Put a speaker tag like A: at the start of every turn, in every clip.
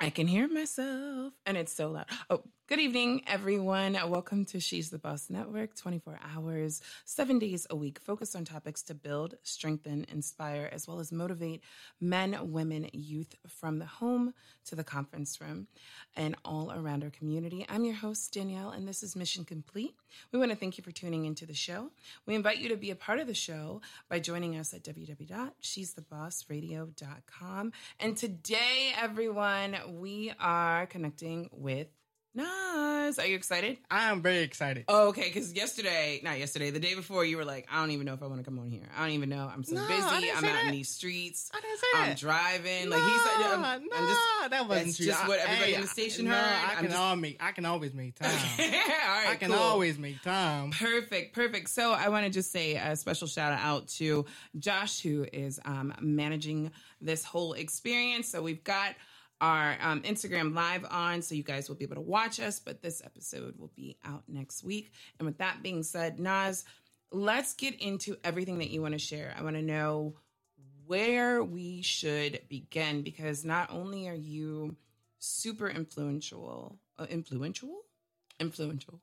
A: I can hear myself, and it's so loud. Oh, good evening, everyone. Welcome to She's the Boss Network 24 hours, seven days a week, focused on topics to build, strengthen, inspire, as well as motivate men, women, youth from the home to the conference room and all around our community. I'm your host, Danielle, and this is Mission Complete. We want to thank you for tuning into the show. We invite you to be a part of the show by joining us at www.she'sthebossradio.com. And today, everyone, we are connecting with Nas. Are you excited?
B: I am very excited.
A: Oh, okay, because yesterday, not yesterday, the day before, you were like, I don't even know if I want to come on here. I don't even know. I'm so
B: No, I
A: busy.
B: didn't
A: I'm
B: say
A: out in
B: that.
A: these streets.
B: I didn't say
A: I'm
B: that.
A: driving. like he said, I'm, I'm
B: no,
A: just.
B: that wasn't
A: that's
B: true.
A: just
B: I-
A: what everybody
B: hey,
A: in the station
B: no,
A: heard.
B: I
A: I'm
B: can
A: just-
B: all make. I can always make time.
A: All right,
B: I can
A: cool.
B: always make time.
A: Perfect, perfect. So I want to just say a special shout out to Josh, who is um, managing this whole experience. So we've got our um, Instagram live on, so you guys will be able to watch us. But this episode will be out next week. And with that being said, Nas, let's get into everything that you want to share. I want to know where we should begin because not only are you super influential, uh, influential, influential,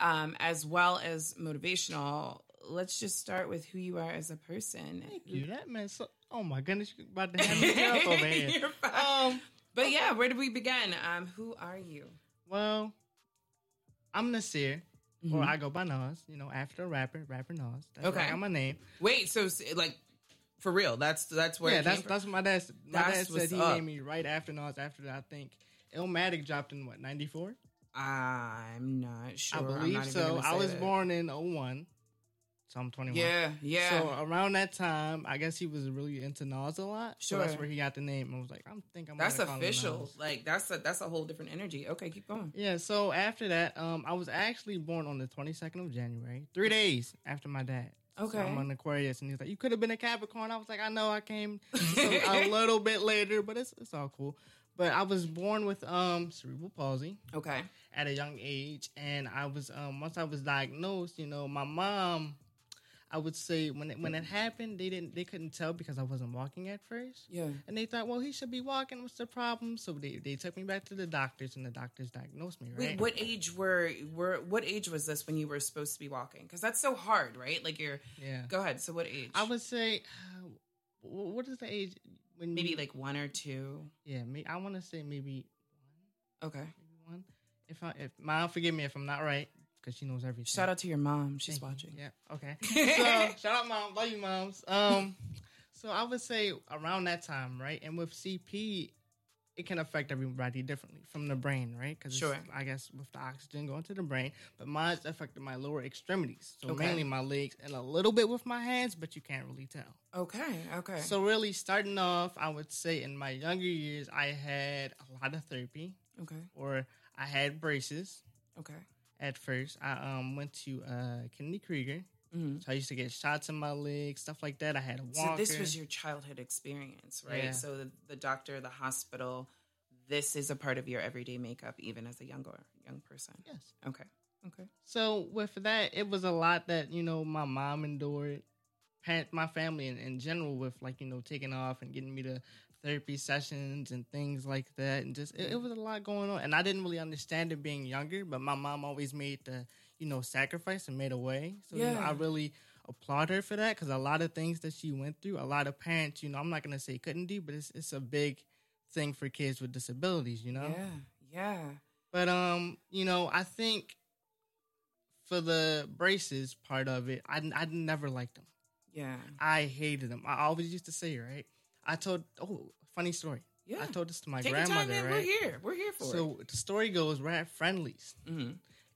A: um, as well as motivational. Let's just start with who you are as a person.
B: Thank you. That man. So, oh my goodness, you about to have me up over here.
A: You're fine.
B: Um.
A: but yeah, where do we begin? Um, who are you?
B: Well, I'm Nasir, or
A: Mhm.
B: I go by Nas. You know, after a rapper, rapper Nas. That's
A: Okay.
B: I got my name.
A: Wait, so s- like for real? That's that's where.
B: yeah,
A: it
B: that's
A: came from.
B: that's what my dad. said. My
A: That's
B: dad said
A: what's
B: he
A: up.
B: named me right after Nas. After that, I think Illmatic dropped in what ninety four.
A: I'm not sure.
B: I
A: I'm not
B: believe
A: even
B: so.
A: gonna
B: I
A: say
B: was
A: that.
B: born in 01, so I'm 21.
A: Yeah, yeah.
B: So um, around that time, I guess he was really into Nas a lot. So that's
A: Sure.
B: where he got the name. I was like, I'm think I'm gonna
A: that's
B: call him
A: official.
B: Nas.
A: Like that's a that's a whole different energy. Okay, keep going.
B: Yeah. So after that, um, I was actually born on the 22nd of January, three days after my dad.
A: Okay.
B: So I'm an Aquarius, and he's like, "You could have been a Capricorn." I was like, "I know, I came a a little bit later, but it's it's all cool." But I was born with um cerebral palsy
A: Okay.
B: at a young age and i was um once i was diagnosed you know my mom i would say when it when it happened they didn't they couldn't tell because i wasn't walking at first
A: Yeah.
B: and they thought well he should be walking what's the problem so they, they took me back to the doctors and the doctors diagnosed me right
A: Wait, what age were were what age was this when you were supposed to be walking? Because that's so hard, right? Like you're.
B: yeah
A: Go ahead. So what age?
B: i would say uh, wh- what is the age when
A: maybe
B: you-
A: like one or two.
B: yeah me i want to say maybe
A: Okay.
B: maybe one if i if mom forgive me if i'm not right because she knows everything
A: Shout out to your mom. She's
B: Thank you.
A: watching.
B: Yeah. Okay. so shout out mom. Love you, moms. Um, so I would say around that time, right? And with CP, it can affect everybody differently from the brain, right? Because
A: Sure.
B: I guess with the oxygen going to the brain, but mine's affected my lower extremities, so
A: Okay.
B: mainly my legs and a little bit with my hands, but you can't really tell.
A: Okay. Okay.
B: So really, starting off, I would say in my younger years, I had a lot of therapy,
A: okay.
B: or I had braces
A: Okay.
B: at first. I um went to uh Kennedy Krieger.
A: Mhm.
B: So I used to get shots in my legs, stuff like that. I had a walker.
A: So this was your childhood experience, right?
B: Yeah.
A: So the, the doctor, the hospital, this is a part of your everyday makeup, even as a younger young person.
B: yes.
A: Okay. Okay.
B: So with that, it was a lot that you know my mom endured, parent, my family in, in general with like you know taking off and getting me to therapy sessions and things like that, and just it, it was a lot going on. And I didn't really understand it being younger, but my mom always made the you know sacrifice and made a way. So you know,
A: Yeah.
B: I really applaud her for that because a lot of things that she went through, a lot of parents, you know, I'm not gonna say couldn't do, but it's it's a big thing for kids with disabilities, you know.
A: Yeah. Yeah.
B: But um, you know, I think for the braces part of it, I I never liked them.
A: Yeah.
B: I hated them. I always used to say, right? I told oh, funny story.
A: Yeah.
B: I told this to my
A: Take your time,
B: grandmother,
A: man. We're
B: right?
A: here. We're here for
B: So the story goes, we're at friendlies,
A: it. hmm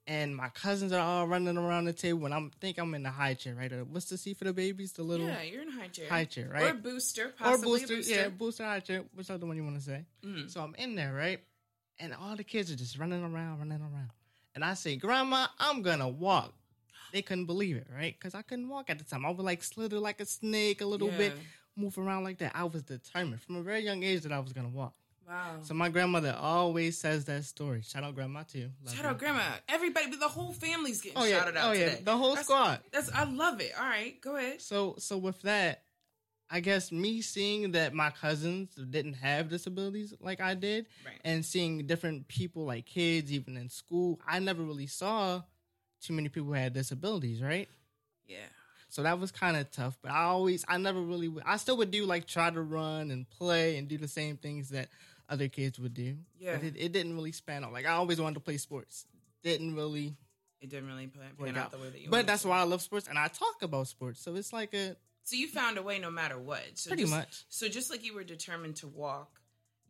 B: and my cousins are all running around the table, and I'm think I'm in the high chair, right? Or what's the seat for the babies? The little
A: Yeah, you're in high chair.
B: high chair,
A: Or
B: right?
A: booster,
B: or
A: possibly.
B: booster,
A: booster.
B: yeah, Mm. booster high chair. Which other one you want to say?
A: Mhm.
B: So I'm in there, right? And all the kids are just running around, running around. And I say, Grandma, I'm gonna walk. They couldn't believe it, right? Because I couldn't walk at the time. I would like slither like a snake a little bit,
A: Yeah.
B: move around like that. I was determined from a very young age that I was gonna walk.
A: Wow.
B: So my grandmother always says that story. Shout out grandma too. Love
A: Shout
B: you.
A: out, Grandma. Everybody, the whole family's getting
B: Oh yeah,
A: shouted out
B: oh yeah,
A: today.
B: the whole
A: That's-
B: squad.
A: That's I love it. All right, go ahead.
B: So so with that, I guess me seeing that my cousins didn't have disabilities like I did,
A: Right.
B: and seeing different people like kids, even in school, I never really saw too many people who had disabilities, right?
A: Yeah.
B: So that was kind of tough. But I always, I never really, would, I still would do like try to run and play and do the same things that other kids would do.
A: Yeah.
B: But it, it didn't really span out. Like I always wanted to play sports. Didn't really,
A: It didn't really plan,
B: Work
A: pan out
B: out.
A: the way that you
B: but
A: wanted
B: that's
A: to.
B: why I love sports and I talk about sports. So it's like a
A: So you found a way no matter what. So
B: pretty
A: just-
B: much.
A: So just like you were determined to walk,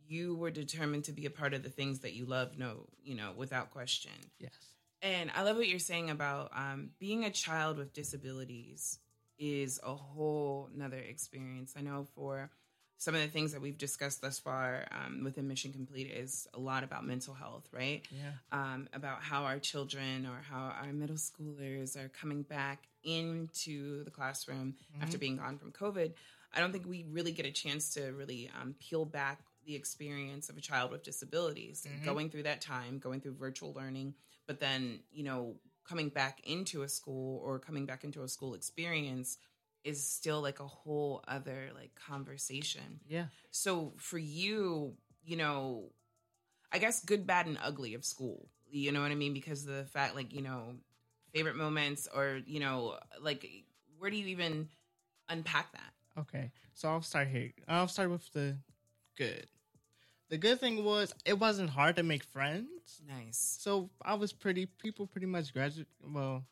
A: you were determined to be a part of the things that you love, no, you know, without question.
B: Yes.
A: And I love what you're saying about um, being a child with disabilities is a whole nother experience. I know for some of the things that we've discussed thus far um, within Mission Complete is a lot about mental health, right?
B: Yeah.
A: um, about how our children or how our middle schoolers are coming back into the classroom
B: mm-hmm,
A: after being gone from COVID. I don't think we really get a chance to really um, peel back the experience of a child with disabilities
B: Mhm.
A: going through that time, going through virtual learning, but then, you know, coming back into a school or coming back into a school experience is still like a whole other like conversation.
B: Yeah.
A: So for you, you know, I guess good, bad, and ugly of school. You know what I mean? Because of the fact, like, you know, favorite moments or, you know, like, where do you even unpack that?
B: Okay. So I'll start here. I'll start with the good. The good thing was it wasn't hard to make friends.
A: Nice.
B: So I was pretty people pretty much graduate well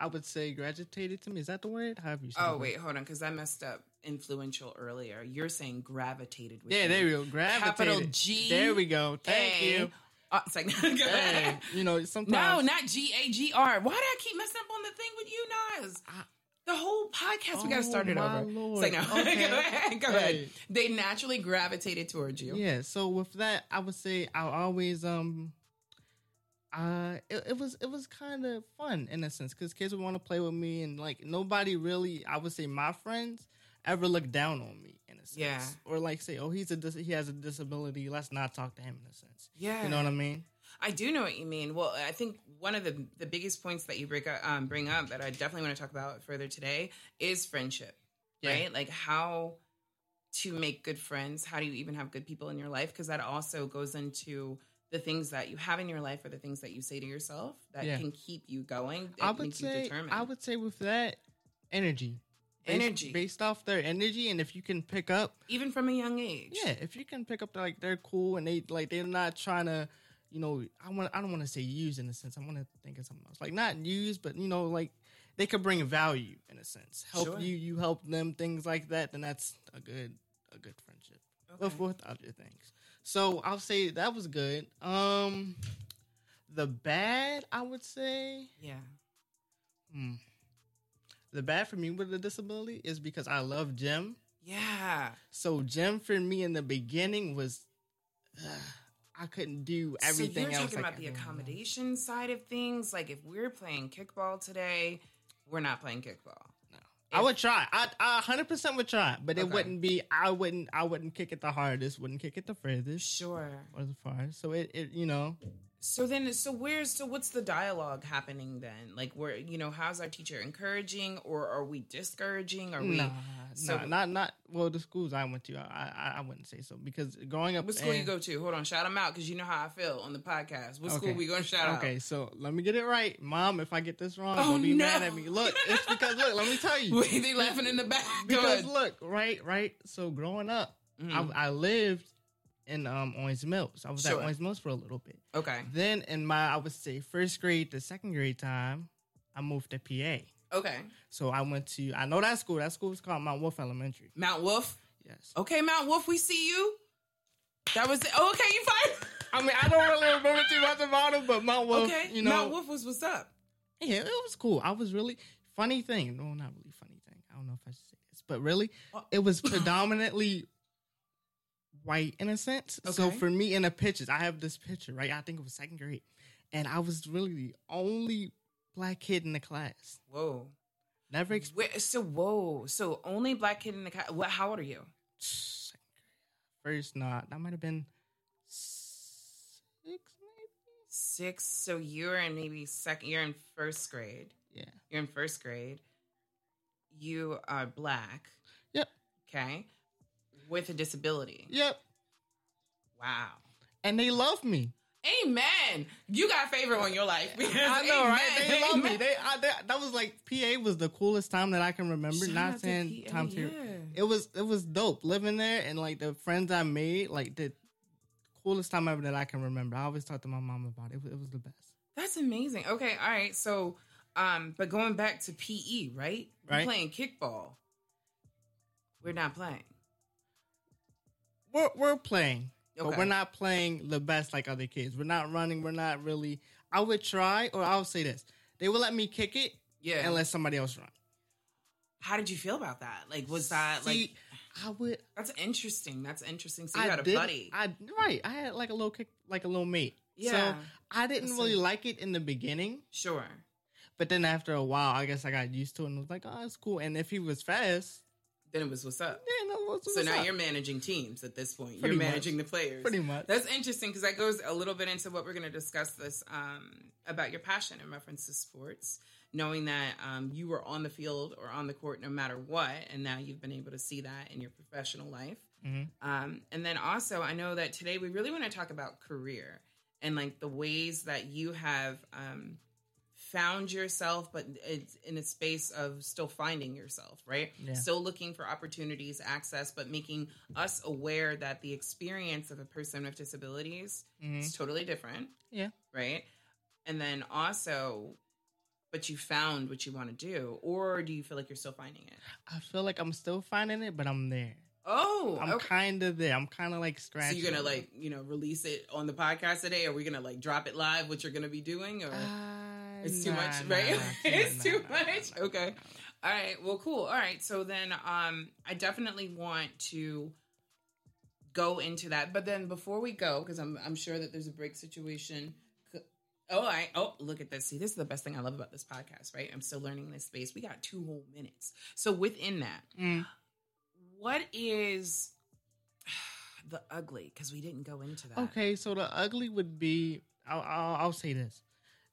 B: I would say gravitated to me. Is that the word? However you say the
A: Oh,
B: word.
A: wait, hold on, because I messed up influential earlier. You're saying gravitated with
B: Yeah,
A: you.
B: there we go. Gravitated.
A: Capital G.
B: There we go. Thank
A: A.
B: you.
A: Oh, it's like,
B: Hey, you know,
A: no,
B: sometimes
A: not G A G R. Why did I keep messing up on the thing with you, Nas?
B: I-
A: The whole podcast, we got to
B: Oh,
A: start it
B: my
A: over.
B: Lord.
A: It's like, no,
B: Okay.
A: go ahead, go ahead.
B: Hey.
A: They naturally gravitated towards you.
B: Yeah, so with that, I would say I always um uh it, it was it was kind of fun in a sense cuz kids would want to play with me and like nobody really I would say my friends ever looked down on me in a sense
A: Yeah.
B: or like say oh he's a dis- he has a disability let's not talk to him in a sense
A: yeah.
B: you know what I mean
A: I do know what you mean. Well, I think one of the the biggest points that you break up, um, bring up that I definitely want to talk about further today is friendship,
B: Yeah.
A: right? Like how to make good friends. How do you even have good people in your life? Because that also goes into the things that you have in your life or the things that you say to yourself that
B: Yeah.
A: can keep you going. That
B: I would
A: make you
B: say
A: determined.
B: I would say with that energy Based-
A: energy,
B: based off their energy and if you can pick up
A: even from a young age.
B: Yeah, if you can pick up that, like they're cool and they like they're not trying to, you know, I want I don't want to say use in a sense. I want to think of something else. Like not use, but you know, like they could bring value in a sense. Help
A: Sure.
B: you, you help them, things like that. Then that's a good a good friendship.
A: Okay.
B: With with other things. So I'll say that was good. Um, the bad I would say.
A: yeah.
B: Hmm. The bad for me with the disability is because I love gym.
A: Yeah.
B: So gym for me in the beginning was uh, I couldn't do everything
A: so you're
B: else.
A: talking
B: like
A: about the
B: everyone else.
A: accommodation side of things. Like if we're playing kickball today, we're not playing kickball.
B: I would try. I I hundred percent would try, but it
A: Okay.
B: wouldn't be. I wouldn't. I wouldn't kick it the hardest. Wouldn't kick it the furthest
A: Sure.
B: or the farthest. So it, it you know
A: So then, so where's so what's the dialogue happening then? Like where you know how's our teacher encouraging or are we discouraging? Are we
B: nah,
A: so-
B: nah, not not well the schools I went to. I I, I wouldn't say so because growing up.
A: what school
B: in-
A: you go to? Hold on, shout them out because you know how I feel on the podcast. What school
B: Okay.
A: we gonna shout out?
B: Okay, so let me get it right, Mom. If I get this wrong,
A: Oh,
B: don't be
A: no.
B: mad at me. Look, it's because look. Let me tell you.
A: Wait, they laughing in the back. Go
B: Because
A: ahead.
B: look, right, right. So growing up,
A: Mhm.
B: I, I lived in um Orange Mills. I was
A: Sure.
B: at Orange Mills for a little bit.
A: Okay,
B: Then in my I would say first grade to second grade time, I moved to PA.
A: okay.
B: So I went to I know that school. That school was called Mount Wolf Elementary.
A: Mount Wolf.
B: Yes.
A: Okay, Mount Wolf, we see you. That was it. Oh, okay. You fired.
B: I mean I don't really remember too much about it, but Mount Wolf,
A: okay,
B: you know,
A: Mount Wolf was what's up.
B: yeah, it was cool. I was really funny thing. No, not really funny thing. I don't know if I should say this, but really,
A: Oh.
B: it was predominantly white in a sense. So
A: Okay.
B: for me, in the pictures, I have this picture right. I think it was second grade, and I was really the only black kid in the class.
A: Whoa.
B: Never ex-
A: Wait, so whoa. So only black kid in the co- what? How old are you?
B: second grade. first. Not that might have been six, maybe.
A: Six. So you're in maybe second. You're in first grade.
B: Yeah,
A: You're in first grade. You are black.
B: Yep.
A: Okay. With a disability.
B: Yep.
A: Wow.
B: And they love me.
A: Amen. You got favor on your life.
B: I know, right? They love me. They, I, they that was like PA was the coolest time that I can remember. Not saying time period. It was it was dope living there and like the friends I made, like the coolest time ever that I can remember. I always talk to my mom about it. It was, it was the best.
A: That's amazing. Okay, all right. So, um, but going back to PE, right? We're
B: Right.
A: playing kickball. We're not playing.
B: We're we're playing.
A: Okay.
B: But we're not playing the best like other kids. We're not running. We're not really. I would try, or I'll say this: they would let me kick it
A: Yeah.
B: and let somebody else run.
A: How did you feel about that? Like, was that like
B: See, I would.
A: that's interesting? That's interesting. So you
B: I
A: had a
B: did,
A: buddy.
B: I right. I had like a little kick, like a little mate. So
A: Yeah.
B: I didn't
A: That's
B: really
A: it.
B: like it in the beginning,
A: sure.
B: but then after a while, I guess I got used to it and was like, oh, it's cool. And if he was fast,
A: Then it was what's up.
B: yeah, no, what's,
A: so
B: what's
A: now
B: up?
A: you're managing teams at this point.
B: Pretty
A: you're
B: much.
A: managing the players.
B: pretty much
A: That's interesting because that goes a little bit into what we're going to discuss this um, about your passion in reference to sports, knowing that um, you were on the field or on the court no matter what, and now you've been able to see that in your professional life.
B: Mhm.
A: Um, and then also, I know that today we really want to talk about career and like the ways that you have um, found yourself, but it's in a space of still finding yourself, right?
B: Yeah.
A: Still looking for opportunities, access, but making us aware that the experience of a person with disabilities
B: Mhm.
A: is totally different.
B: Yeah.
A: Right. And then also, but you found what you want to do, or do you feel like you're still finding it?
B: I feel like I'm still finding it, but I'm there.
A: Oh,
B: I'm
A: okay.
B: kind of there. I'm kind of like
A: So
B: scratching.
A: you're gonna like you know release it on the podcast today? Are we gonna like drop it live? What you're gonna be doing? Or
B: Uh,
A: It's too
B: nah,
A: much,
B: nah,
A: right?
B: nah,
A: It's
B: nah,
A: too
B: nah,
A: much?
B: nah, nah,
A: Okay.
B: nah, nah.
A: all right, well, cool. All right, so then um, I definitely want to go into that, but then before we go, because I'm I'm sure that there's a break situation. C- Oh, I oh look at this. See, this is the best thing I love about this podcast, right? I'm still learning this space. We got two whole minutes, so within that,
B: Mm.
A: what is the ugly? Because we didn't go into that.
B: Okay, so the ugly would be. I'll, I'll, I'll say this: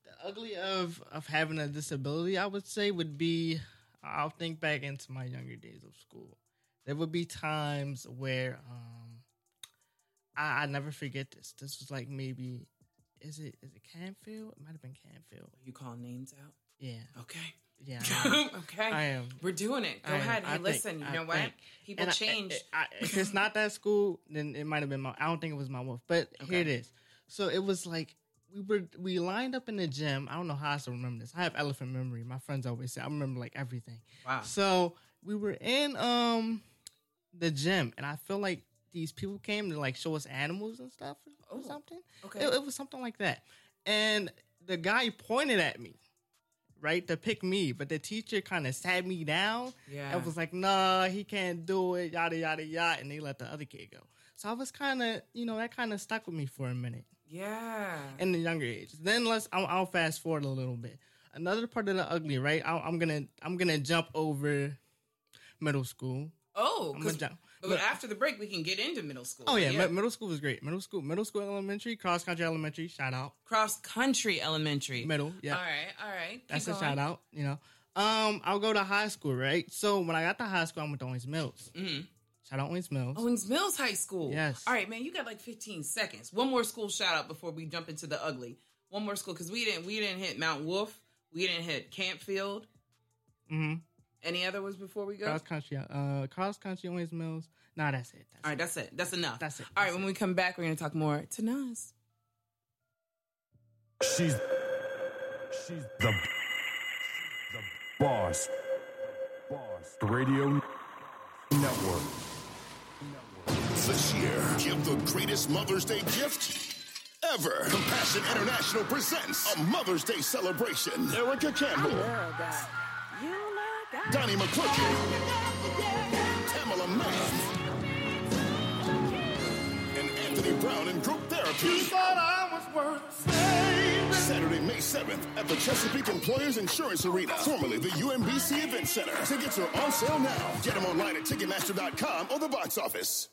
B: the ugly of of having a disability, I would say, would be. I'll think back into my younger days of school. There would be times where um, I, I never forget this. This was like maybe, is it is it Canfield? It might have been Canfield.
A: you calling names out?
B: Yeah,
A: Okay,
B: yeah. I am.
A: okay,
B: Uh, I am.
A: we're doing it. Go
B: I am.
A: ahead.
B: I
A: Hey,
B: think-
A: listen. You
B: I
A: know what?
B: think.
A: People
B: And I-
A: change.
B: I- I- if it's not that school, then it might have been my. I don't think it was my wolf, but
A: Okay.
B: here it is. So it was like we were we lined up in the gym. I don't know how I still remember this. I have elephant memory. My friends always say I remember like everything.
A: wow.
B: So we were in um the gym, and I feel like these people came to like show us animals and stuff or
A: Oh,
B: something.
A: Okay.
B: It, it was something like that. And the guy pointed at me, right, to pick me, but the teacher kind of sat me down
A: yeah.
B: and was like, nah, he can't do it, yada, yada, yada. And they let the other kid go. So I was kind of, you know, that kind of stuck with me for a minute
A: yeah.
B: in the younger age. Then let's, I'll, I'll fast forward a little bit. Another part of the ugly, right? I, I'm gonna, I'm gonna jump over middle school.
A: oh,
B: I'm
A: 'cause-
B: gonna jump.
A: but
B: but-
A: after the break, we can get into middle school.
B: Oh yeah, mi- middle school was great. Middle school, middle school, elementary, cross country, elementary. Shout out,
A: cross country elementary.
B: middle. Yeah,
A: All right. All right. Keep
B: That's a
A: going.
B: shout out, you know. Um, I'll go to high school, right? So when I got to high school, I went to Owings Mills.
A: Mhm.
B: Shout out Owings Mills.
A: Owings Mills High School.
B: Yes.
A: All right, man. You got like 15 seconds. One more school shout out before we jump into the ugly. One more school because we didn't we didn't hit Mount Wolf. We didn't hit Campfield.
B: hmm
A: Any other ones before we go?
B: Cross country, uh, cross country, Owings Mills. Nah, that's it. That's
A: All right,
B: it.
A: that's it. That's enough.
B: That's it.
A: All
B: That's
A: right, when we
B: it.
A: come back, we're going to talk more to Nas.
C: She's she's the the boss. Boss Radio Network.
D: This year, give the greatest Mother's Day gift ever. Compassion International presents a Mother's Day celebration. Erica Campbell, Donnie McClurkin, Tamala Mann, and Anthony Brown in group therapy. Saturday, May 7th at the Chesapeake Employers Insurance Arena, formerly the UMBC Event Center. Tickets are on sale now. Get them online at Ticketmaster.com or the box office.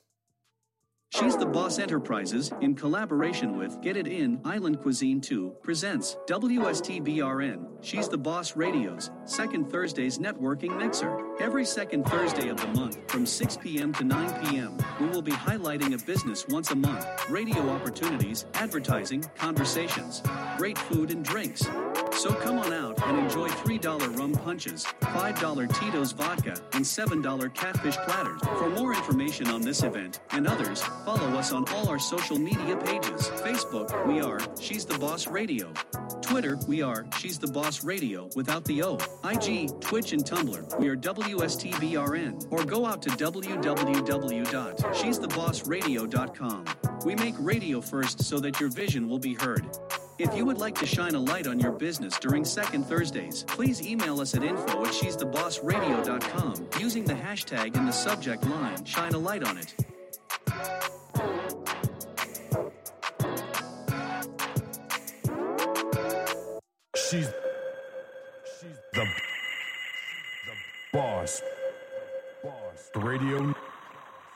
E: She's the Boss Enterprises, in collaboration with Get It In Island Cuisine 2, presents WSTBRN. She's the Boss Radio's second Thursday's networking mixer. Every second Thursday of the month, from 6 p.m. to 9 p.m., we will be highlighting a business once a month, radio opportunities, advertising, conversations, great food and drinks. So come on out and enjoy $3 rum punches, $5 Tito's vodka, and $7 catfish platters. For more information on this event and others, follow us on all our social media pages. Facebook, we are She's the Boss Radio. Twitter, we are She's the Boss Radio without the O. IG, Twitch, and Tumblr, we are WSTBRN. Or go out to www.she'sthebossradio.com. We make radio first so that your vision will be heard. If you would like to shine a light on your business during Second Thursdays, please email us at info at she'sthebossradio.com using the hashtag in the subject line Shine a Light on It.
C: She's she's the the boss. Boss Radio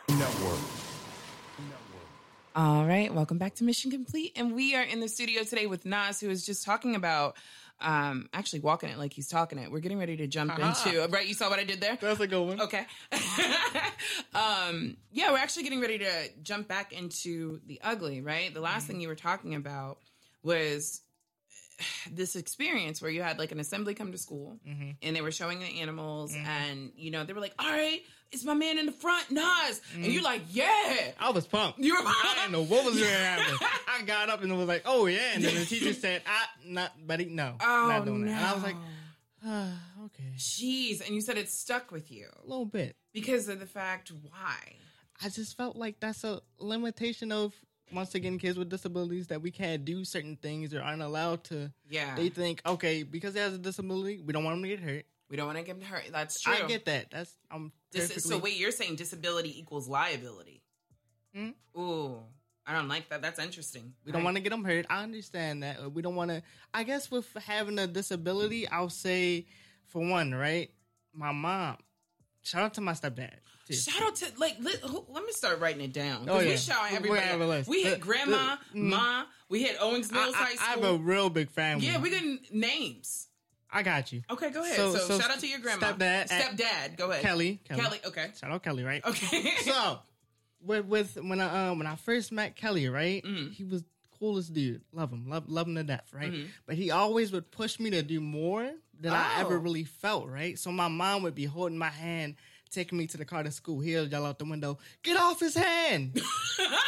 C: Network.
A: All right, welcome back to Mission Complete, and we are in the studio today with Nas, who is just talking about, um, actually walking it like he's talking it. We're getting ready to jump
B: Uh-huh.
A: into uh, right. You saw what I did there.
B: That's a good one.
A: Okay. um, yeah, we're actually getting ready to jump back into the ugly, right? The
B: Mm-hmm.
A: last thing you were talking about was this experience where you had like an assembly come to school
B: Mm-hmm.
A: and they were showing the animals and you know they were like, "All right, it's my man in the front, Nas,"
B: Mm-hmm.
A: and you're like, "Yeah."
B: I was pumped.
A: You were-
B: I didn't know what was going to happen. I got up and was like, "Oh yeah," and then the teacher said, "I not, buddy, no,
A: Oh,
B: not doing that." And I was like,
A: no.
B: ah, "Okay,
A: Jeez, and you said it stuck with you
B: a little bit."
A: because of the fact why?
B: I just felt like that's a limitation of once again kids with disabilities that we can't do certain things or aren't allowed to.
A: Yeah,
B: They think, okay, because he has a disability, we don't want him to get hurt.
A: we don't want to give them hurt. That's true.
B: I get that. That's I'm
A: Dis-
B: perfectly,
A: so wait, you're saying disability equals liability?
B: Hmm?
A: Ooh, I don't like that. That's interesting.
B: We don't
A: I-
B: want to get them hurt. I understand that. Uh, We don't want to. I guess with having a disability, I'll say, for one, right? My mom. Shout out to my stepdad. too.
A: Shout out to like let, who, let me start writing it down. 'cause
B: Oh,
A: We
B: yeah.
A: shout out
B: We
A: everybody.
B: have a list.
A: We hit
B: The-
A: grandma,
B: the- mm.
A: ma. We hit Owens
B: I,
A: Mills
B: I-
A: High
B: I have
A: School.
B: a real big family.
A: yeah, we didn't names.
B: I got you.
A: Okay, go ahead. So,
B: So- so
A: shout out to your grandma,
B: stepdad-
A: stepdad. Go ahead,
B: Kelly. Kelly.
A: Kelly. Okay,
B: Shout out Kelly. Right.
A: okay.
B: so with, with when I uh, when I first met Kelly, right?
A: Mhm.
B: He was coolest dude. Love him. Love love him to death, right?
A: Mhm.
B: But he always would push me to do more than I
A: Oh.
B: ever really felt, right? So my mom would be holding my hand, taking me to the car to school. He'll yell out the window, "Get off his hand!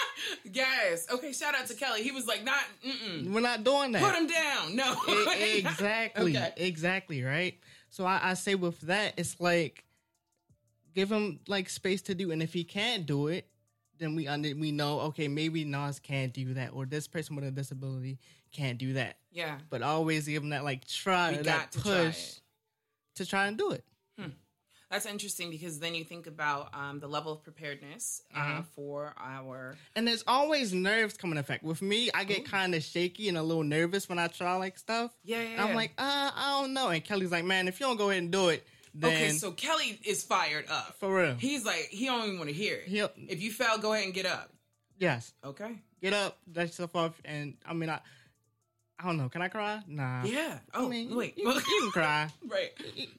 A: yes. Okay. Shout out to Kelly. He was like, not. Mm-mm.
B: We're not doing that."
A: Put him down. No.
B: E- exactly.
A: Okay.
B: Exactly, right? So I, I say with that, it's like give him like space to do and if he can't do it, then we under we know, okay, maybe Nas can't do that or this person with a disability can't do that.
A: yeah.
B: But always give him that like try
A: We
B: or
A: got
B: that
A: to
B: push
A: try it.
B: to try and do it.
A: That's interesting because then you think about um, the level of preparedness
B: Mm-hmm.
A: uh, for our.
B: And there's always nerves coming in effect. With me, I get kind of shaky and a little nervous when I try like stuff.
A: Yeah, yeah,
B: And I'm
A: yeah.
B: like, uh, I don't know. And Kelly's like, man, if you don't go ahead and do it, then
A: okay, so Kelly is fired up.
B: for real.
A: He's like, he don't even want to hear it.
B: He'll-
A: If you fell, go ahead and get up.
B: yes.
A: Okay.
B: get up, dust yourself off, and I mean, I, I don't know. Can I cry? Nah.
A: Yeah.
B: Uh, I
A: Oh,
B: mean,
A: wait.
B: you, you can cry.
A: right.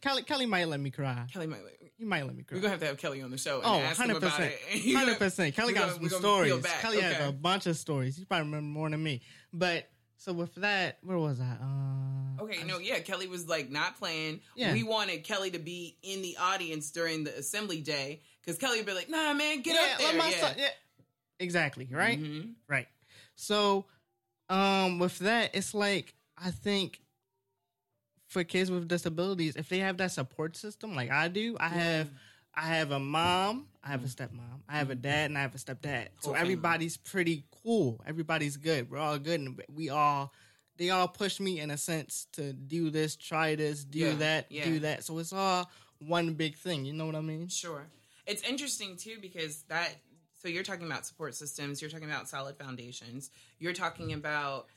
B: Kelly, Kelly might let me cry.
A: Kelly might. We're
B: He might let me cry.
A: going to have to have Kelly on the show and
B: Oh,
A: ask him about
B: 100%.
A: it. You're gonna-
B: 100%. Kelly
A: we're
B: got
A: gonna-
B: some
A: we're gonna peel
B: stories.
A: back.
B: Kelly
A: Okay.
B: has a bunch of stories. You probably remember more than me. But so with that, where was I? Uh,
A: Okay, no, yeah, Kelly was like not playing.
B: Yeah.
A: We wanted Kelly to be in the audience during the assembly day because Kelly would be like, "Nah, man, get
B: yeah,
A: up
B: let
A: there."
B: my
A: yeah.
B: son- yeah. Exactly, right?
A: Mhm.
B: Right. So, um, with that, it's like I think for kids with disabilities, if they have that support system like I do, I
A: Mm-hmm.
B: have I have a mom, I have a stepmom, I have a dad, and I have a stepdad. So
A: Mm-hmm. Whole family.
B: everybody's pretty cool. Everybody's good. We're all good, and we all they all push me in a sense to do this, try this, do
A: Yeah,
B: that,
A: yeah.
B: do that. So it's all one big thing. You know what I mean?
A: Sure. It's interesting too because that so you're talking about support systems, you're talking about solid foundations, you're talking about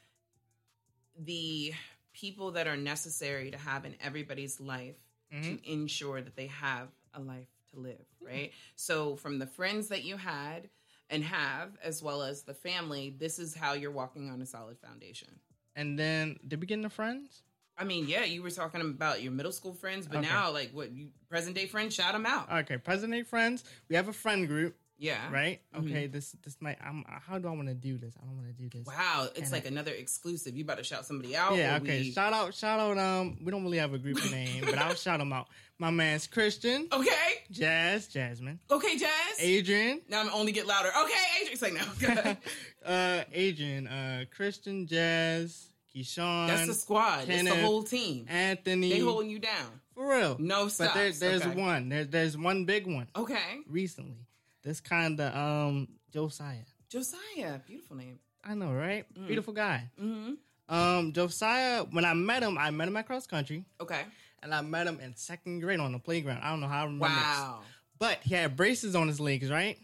A: the people that are necessary to have in everybody's life to
B: Mm-hmm.
A: ensure that they have a life to live, right? So from the friends that you had and have, as well as the family, this is how you're walking on a solid foundation.
B: And then did we get into friends?
A: I mean, yeah, you were talking about your middle school friends, but
B: Okay.
A: now, like, what you, present day friends, shout them out.
B: Okay, present day friends. We have a friend group,
A: yeah,
B: right?
A: Mhm.
B: Okay, this this might. I'm. How do I want to do this? I don't want to do this.
A: Wow, it's
B: And
A: like
B: I-
A: another exclusive. You about to shout somebody out?
B: Yeah,
A: or
B: okay.
A: we-
B: Shout out, shout out. Um, we don't really have a group name, but I'll shout them out. My man's Christian,
A: Oh. okay,
B: Jazz, Jasmine,
A: okay, Jazz.
B: Adrian,
A: now I'm only get louder. Okay, Adrian's like, no, good.
B: uh, Adrian, uh, Christian, Jazz, Keyshawn,
A: that's the squad. that's the
B: Kenneth,
A: whole team.
B: Anthony.
A: They holding you down.
B: for real.
A: No
B: but there,
A: stops,
B: there's
A: okay.
B: one. There, there's one big one
A: Okay,
B: recently. This kind of um Josiah.
A: Josiah, beautiful name.
B: I know, right? Beautiful guy.
A: Mm. Mm-hmm.
B: Um, Josiah. When I met him, I met him at cross country,
A: Okay.
B: and I met him in second grade on the playground. I don't know how I remember. this.
A: Wow.
B: But he had braces on his legs, right?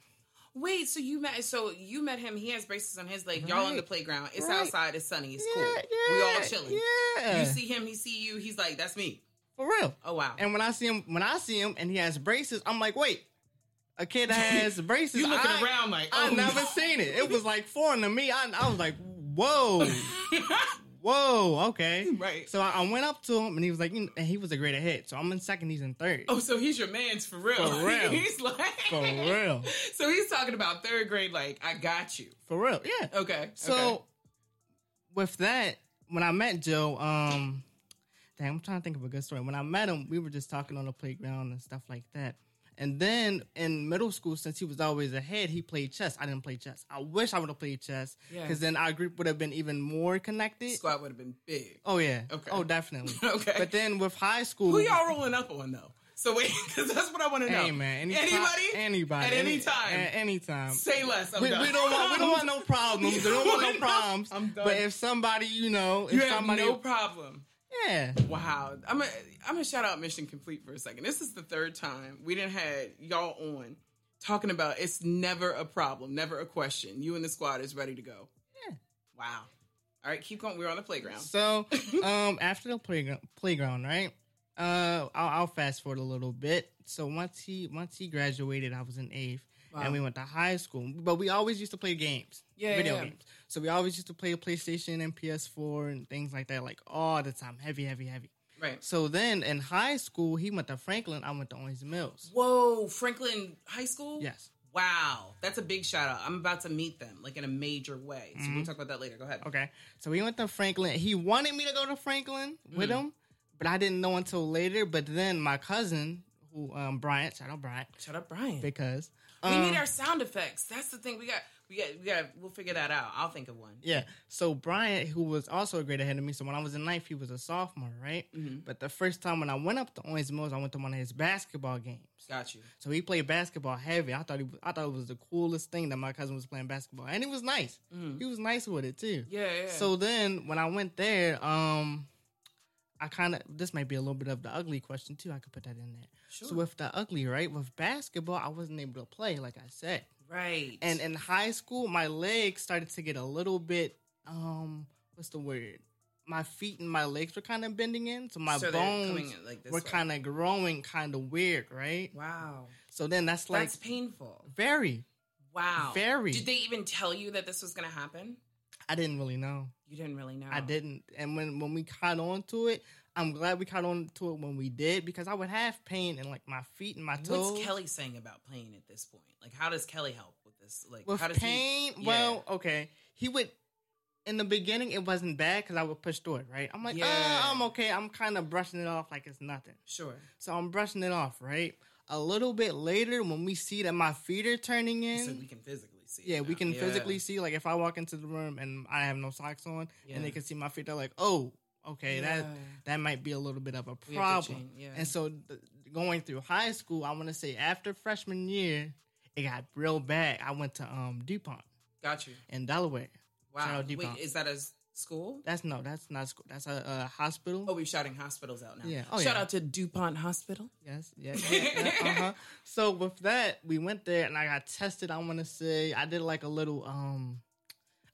A: Wait, so you met so you met him, he has braces on his leg, y'all on the
B: Right.
A: playground. It's
B: Right.
A: outside, it's sunny, it's cool. we all chilling.
B: Yeah.
A: You see him, he see you, he's like, That's me.
B: For real.
A: Oh wow.
B: And when I see him, when I see him and he has braces, I'm like, wait, a kid that has braces.
A: you looking
B: I,
A: around like oh
B: I never
A: no.
B: seen it. It was like foreign to me. I, I was like, whoa. Whoa, okay.
A: Right.
B: So I, I went up to him and he was like, you know, and he was a great hit. So I'm in second, he's in third.
A: Oh, so he's your man's for real.
B: For real.
A: he's like
B: For real.
A: So he's talking about third grade, like, I got you.
B: For real. Yeah.
A: Okay.
B: So
A: okay.
B: with that, when I met Joe, um dang, I'm trying to think of a good story. When I met him, we were just talking on the playground and stuff like that. And then in middle school, since he was always ahead, he played chess. I didn't play chess. I wish I would have played chess.
A: Yeah.
B: Because then our group would have been even more connected.
A: squad would have been big.
B: Oh yeah.
A: Okay.
B: Oh definitely.
A: Okay.
B: But then with high school
A: Who y'all rolling up on though? So wait, because that's what I want to know.
B: Hey man, anytime,
A: anybody?
B: anybody
A: At any time.
B: At any time.
A: Say less. I'm
B: we,
A: done.
B: we don't want we don't want no problems. We don't want no
A: I'm
B: problems.
A: done.
B: But if somebody, you know, if
A: You have
B: somebody,
A: no problem.
B: yeah,
A: Wow, I'm a, I'm gonna shout out Mission Complete for a second. This is the third time we didn't had y'all on talking about it's never a problem, never a question. You and the squad is ready to go.
B: Yeah.
A: Wow. All right, keep going. We're on the playground.
B: So, um, after the playground, playground, right? Uh, I'll, I'll fast forward a little bit. So once he once he graduated, I was in eighth,
A: Wow.
B: and we went to high school. But we always used to play games,
A: Yeah,
B: video
A: yeah, yeah.
B: games. So we always used to play PlayStation and PS4 and things like that, like all the time, heavy, heavy, heavy.
A: Right.
B: So then in high school, he went to Franklin. I went to Owings Mills.
A: Whoa, Franklin High School.
B: Yes.
A: Wow, that's a big shout out. I'm about to meet them like in a major way. So we'll talk about that later. Go ahead.
B: Mm-hmm. Okay. So we went to Franklin. He wanted me to go to Franklin with him, but I didn't know until later. But then my cousin, who um Bryant, shout out Bryant,
A: Shut up, Brian.
B: because
A: we
B: um,
A: need our sound effects. That's the thing. We got. We got. We got. We'll figure that out. I'll think of one.
B: yeah. So Bryant, who was also a grade ahead of me, so when I was in ninth, he was a sophomore, right? But the first time when I went up to Owens Mills, I went to one of his basketball games.
A: Got you.
B: So he played basketball heavy. I thought he was, I thought it was the coolest thing that my cousin was playing basketball, and it was nice. He was nice with it too.
A: Mm. Yeah. yeah.
B: So then when I went there, um, I kind of this might be a little bit of the ugly question too. I could put that in there. So with the ugly, right? With basketball, I wasn't able to play, like I said.
A: right.
B: And in high school, my legs started to get a little bit um, what's the word? My feet and my legs were kind of bending in, so my
A: So they're coming
B: bones
A: in like this
B: were
A: way.
B: kind of growing, kind of weird, right?
A: wow,
B: So then that's like
A: that's painful.
B: very.
A: Wow.
B: Very.
A: Did they even tell you that this was going to happen?
B: I didn't really know.
A: You didn't really know.
B: I didn't. And when when we caught on to it, I'm glad we caught on to it when we did because I would have pain in like my feet and my toes.
A: What's Kelly saying about playing at this point? Like, how does Kelly help with this? Like,
B: With
A: how does
B: pain,
A: He, Yeah.
B: well, okay. He would. In the beginning, it wasn't bad because I would push through it, right? I'm like,
A: Yeah.
B: "Ah, I'm okay. I'm kind of brushing it off like it's nothing.
A: sure.
B: So I'm brushing it off, right? A little bit later, when we see that my feet are turning in,
A: So we can physically see. it
B: Mm-hmm. yeah, we
A: now.
B: can
A: Yeah.
B: physically see. Like if I walk into the room and I have no socks on, and
A: Yeah.
B: they can see my feet, they're like, "Oh, okay, that
A: Yeah.
B: that might be a little bit of
A: We
B: a
A: have to
B: problem."
A: change, yeah.
B: And so, th- going through high school, I want to say after freshman year, it got real bad. I went to um Dupont
A: Got you.
B: in Delaware. Shout
A: Wow.
B: out
A: Wait,
B: Dupont.
A: is that a s- school?
B: That's no, that's not school. That's a, a hospital.
A: Oh, we're shouting hospitals out now.
B: Yeah. Oh,
A: Shout
B: yeah.
A: out to DuPont Hospital.
B: Yes, yes. uh-huh. So with that, we went there and I got tested. I want to say I did like a little um,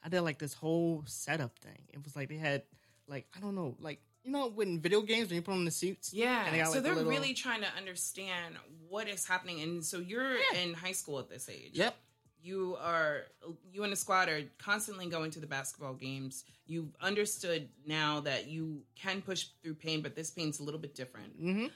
B: I did like this whole setup thing. It was like they had like I don't know, like you know, when video games when you put on the suits,
A: Yeah.
B: And they got,
A: so
B: like, the
A: they're
B: little-
A: really trying to understand what is happening. And so you're in high school at this age.
B: Yep.
A: you are you and the squad are constantly going to the basketball games. You've understood now that you can push through pain, but this pain's a little bit different.
B: Mm-hmm.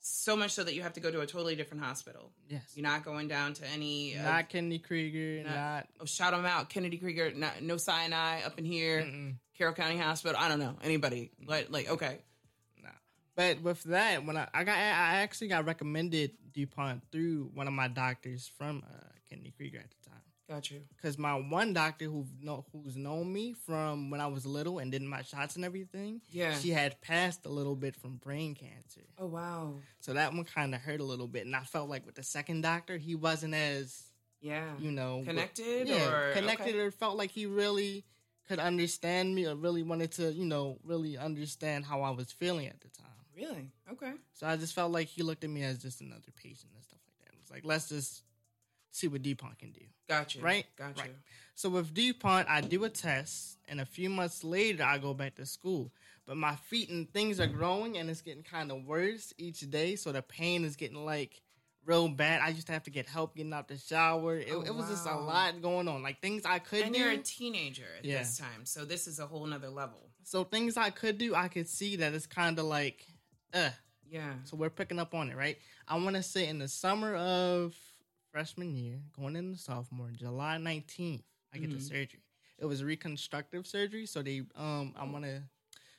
A: So much so that you have to go to a totally different hospital.
B: Yes.
A: You're not going down to any. Uh,
B: Not Kennedy Krieger.
A: Not-
B: Not.
A: oh, shout them out, Kennedy Krieger. Not, no cyanide up in here.
B: Mm-mm.
A: Carroll County Hospital. I don't know anybody. Like, like okay,
B: But with that, when I, I got, I actually got recommended DuPont through one of my doctors from uh, Kennedy Krieger at the time.
A: got you.
B: Because my one doctor who know, who's known me from when I was little and did my shots and everything,
A: Yeah.
B: she had passed a little bit from brain cancer.
A: Oh wow.
B: So that one kind of hurt a little bit, and I felt like with the second doctor, he wasn't as
A: Yeah.
B: you know with-
A: Connected
B: yeah,
A: or-
B: connected
A: okay.
B: or felt like he really could understand me or really wanted to you know really understand how I was feeling at the time.
A: Really? Okay.
B: So I just felt like he looked at me as just another patient and stuff like that. It was like, let's just see what DuPont can do.
A: Gotcha.
B: Right?
A: Gotcha.
B: Right. So with DuPont, I do a test, and a few months later, I go back to school. But my feet and things are growing, and it's getting kind of worse each day. So the pain is getting like real bad. I used to have to get help getting out the shower. It,
A: Oh,
B: it was just a
A: wow.
B: lot going on, like things I could
A: And
B: do.
A: you're a teenager at
B: Yeah.
A: this time, so this is a whole nother level.
B: so things I could do, I could see that it's kind of like, uh,
A: Yeah.
B: So we're picking up on it, right? I want to say in the summer of freshman year, going into sophomore, July 19th, I get the
A: Mhm.
B: surgery. It was reconstructive surgery, so they um I want to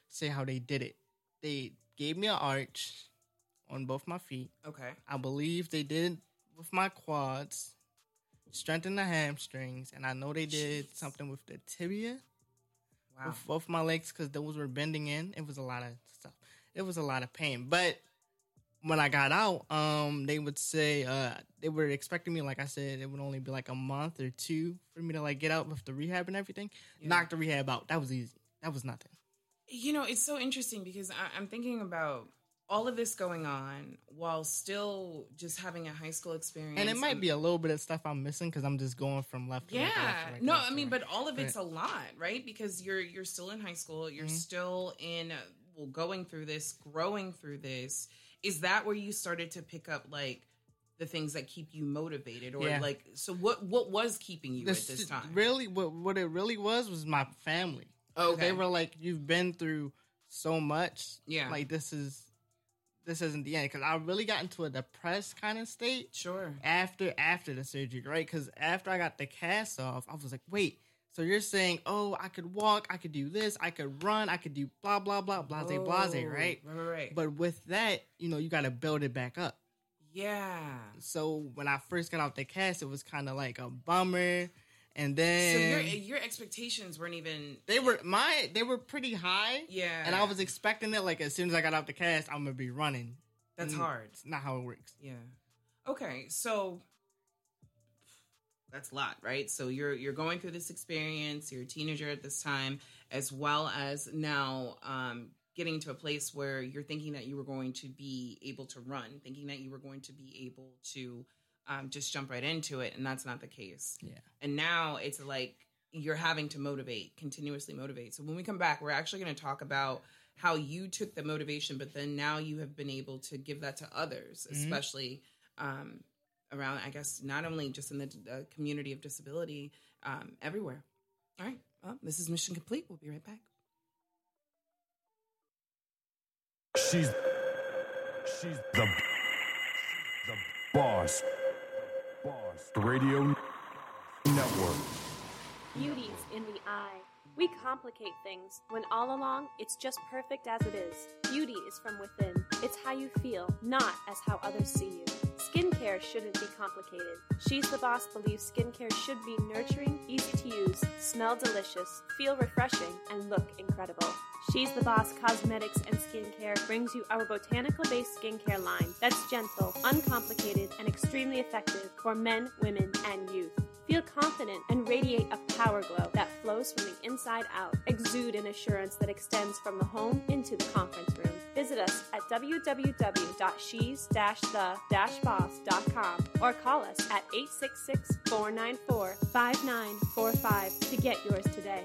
B: say how they did it. They gave me an arch on both my feet.
A: Okay.
B: I believe they did it with my quads, strengthened the hamstrings, and I know they did
A: Jeez.
B: something with the tibia
A: Wow.
B: with both my legs because those were bending in. It was a lot of stuff. It was a lot of pain. But when I got out, um, they would say uh, they were expecting me. Like I said, it would only be like a month or two for me to like get out with the rehab and everything.
A: Yeah.
B: Knock the rehab out. That was easy. That was nothing.
A: You know, it's so interesting because I, I'm thinking about all of this going on while still just having a high school experience.
B: And it might be a little bit of stuff I'm missing because I'm just going from left. To
A: Yeah.
B: right to left to right to
A: no,
B: left
A: I
B: to
A: mean,
B: right.
A: but all of it's
B: Right.
A: a lot, right? Because you're you're still in high school, you're
B: Mhm.
A: still in uh, well going through this, growing through this. Is that where you started to pick up like the things that keep you motivated or
B: Yeah.
A: like so what what was keeping you
B: This-
A: at this time?
B: really what what it really was was my family.
A: Okay.
B: Oh, They were like, "You've been through so much.
A: Yeah.
B: like this is this isn't the end." Because I really got into a depressed kind of state
A: sure.
B: after after the surgery, right? Because after I got the cast off, I was like, "Wait." So you're saying, oh, I could walk, I could do this, I could run, I could do blah blah blah blase blase,
A: Oh,
B: right?
A: Right, right, right.
B: But with that, you know, you got to build it back up.
A: yeah.
B: So when I first got out the cast, it was kind of like a bummer, and then
A: So your your expectations weren't even
B: they were my they were pretty high.
A: yeah.
B: And I was expecting it like as soon as I got off the cast, I'm gonna be running.
A: that's
B: Mm,
A: hard.
B: It's not how it works.
A: Yeah. Okay, so that's a lot, right? So you're you're going through this experience. You're a teenager at this time, as well as now um, getting to a place where you're thinking that you were going to be able to run, thinking that you were going to be able to um, just jump right into it, and that's not the case.
B: Yeah.
A: And now it's like you're having to motivate, continuously motivate. So when we come back, we're actually going to talk about how you took the motivation, but then now you have been able to give that to others,
B: Mhm.
A: especially um, around, I guess, not only just in the uh, community of disability, um, everywhere. All right. Well, this is Mission Complete. We'll be right back.
C: She's she's the the boss. Boss Radio Network.
F: Beauty's in the eye. We complicate things when all along it's just perfect as it is. Beauty is from within. It's how you feel, not as how others see you. Skincare shouldn't be complicated. She's the Boss believes skincare should be nurturing, easy to use, smell delicious, feel refreshing, and look incredible. She's the Boss Cosmetics and Skincare brings you our botanical based skincare line that's gentle, uncomplicated, and extremely effective for men, women, and youth. Feel confident and radiate a power glow that flows from the inside out. Exude an assurance that extends from the home into the conference room. Visit us at www.shes-the-boss.com or call us at 866-494-5945 to get yours today.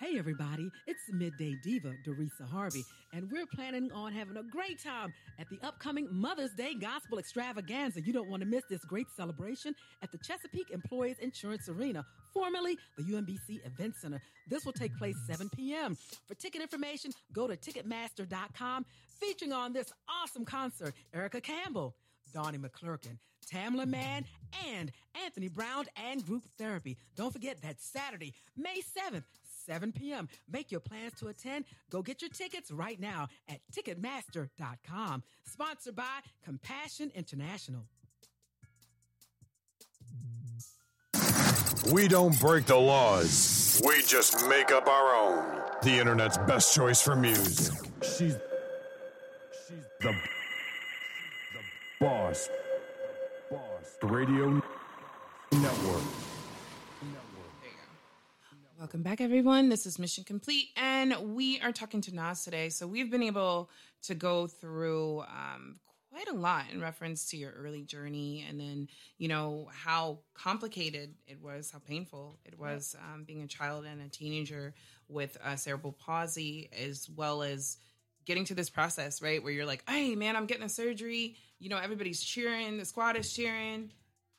G: Hey, everybody, it's Midday Diva, Dorisa Harvey, and we're planning on having a great time at the upcoming Mother's Day Gospel Extravaganza. You don't want to miss this great celebration at the Chesapeake Employees Insurance Arena, formerly the UMBC Event Center. This will take place 7 p.m. For ticket information, go to Ticketmaster.com, featuring on this awesome concert Erica Campbell. Donnie McClurkin, Tamla Mann, and Anthony Brown and Group Therapy. Don't forget that Saturday, May 7th, 7 p.m. Make your plans to attend. Go get your tickets right now at Ticketmaster.com. Sponsored by Compassion International.
C: We don't break the laws. We just make up our own. The internet's best choice for music. She's she's the the boss. Boss Radio Network.
A: Welcome back, everyone. This is Mission Complete, and we are talking to Nas today. So we've been able to go through um, quite a lot in reference to your early journey, and then you know how complicated it was, how painful it was um, being a child and a teenager with uh, cerebral palsy, as well as getting to this process, right, where you're like, "Hey, man, I'm getting a surgery." You know, everybody's cheering, the squad is cheering.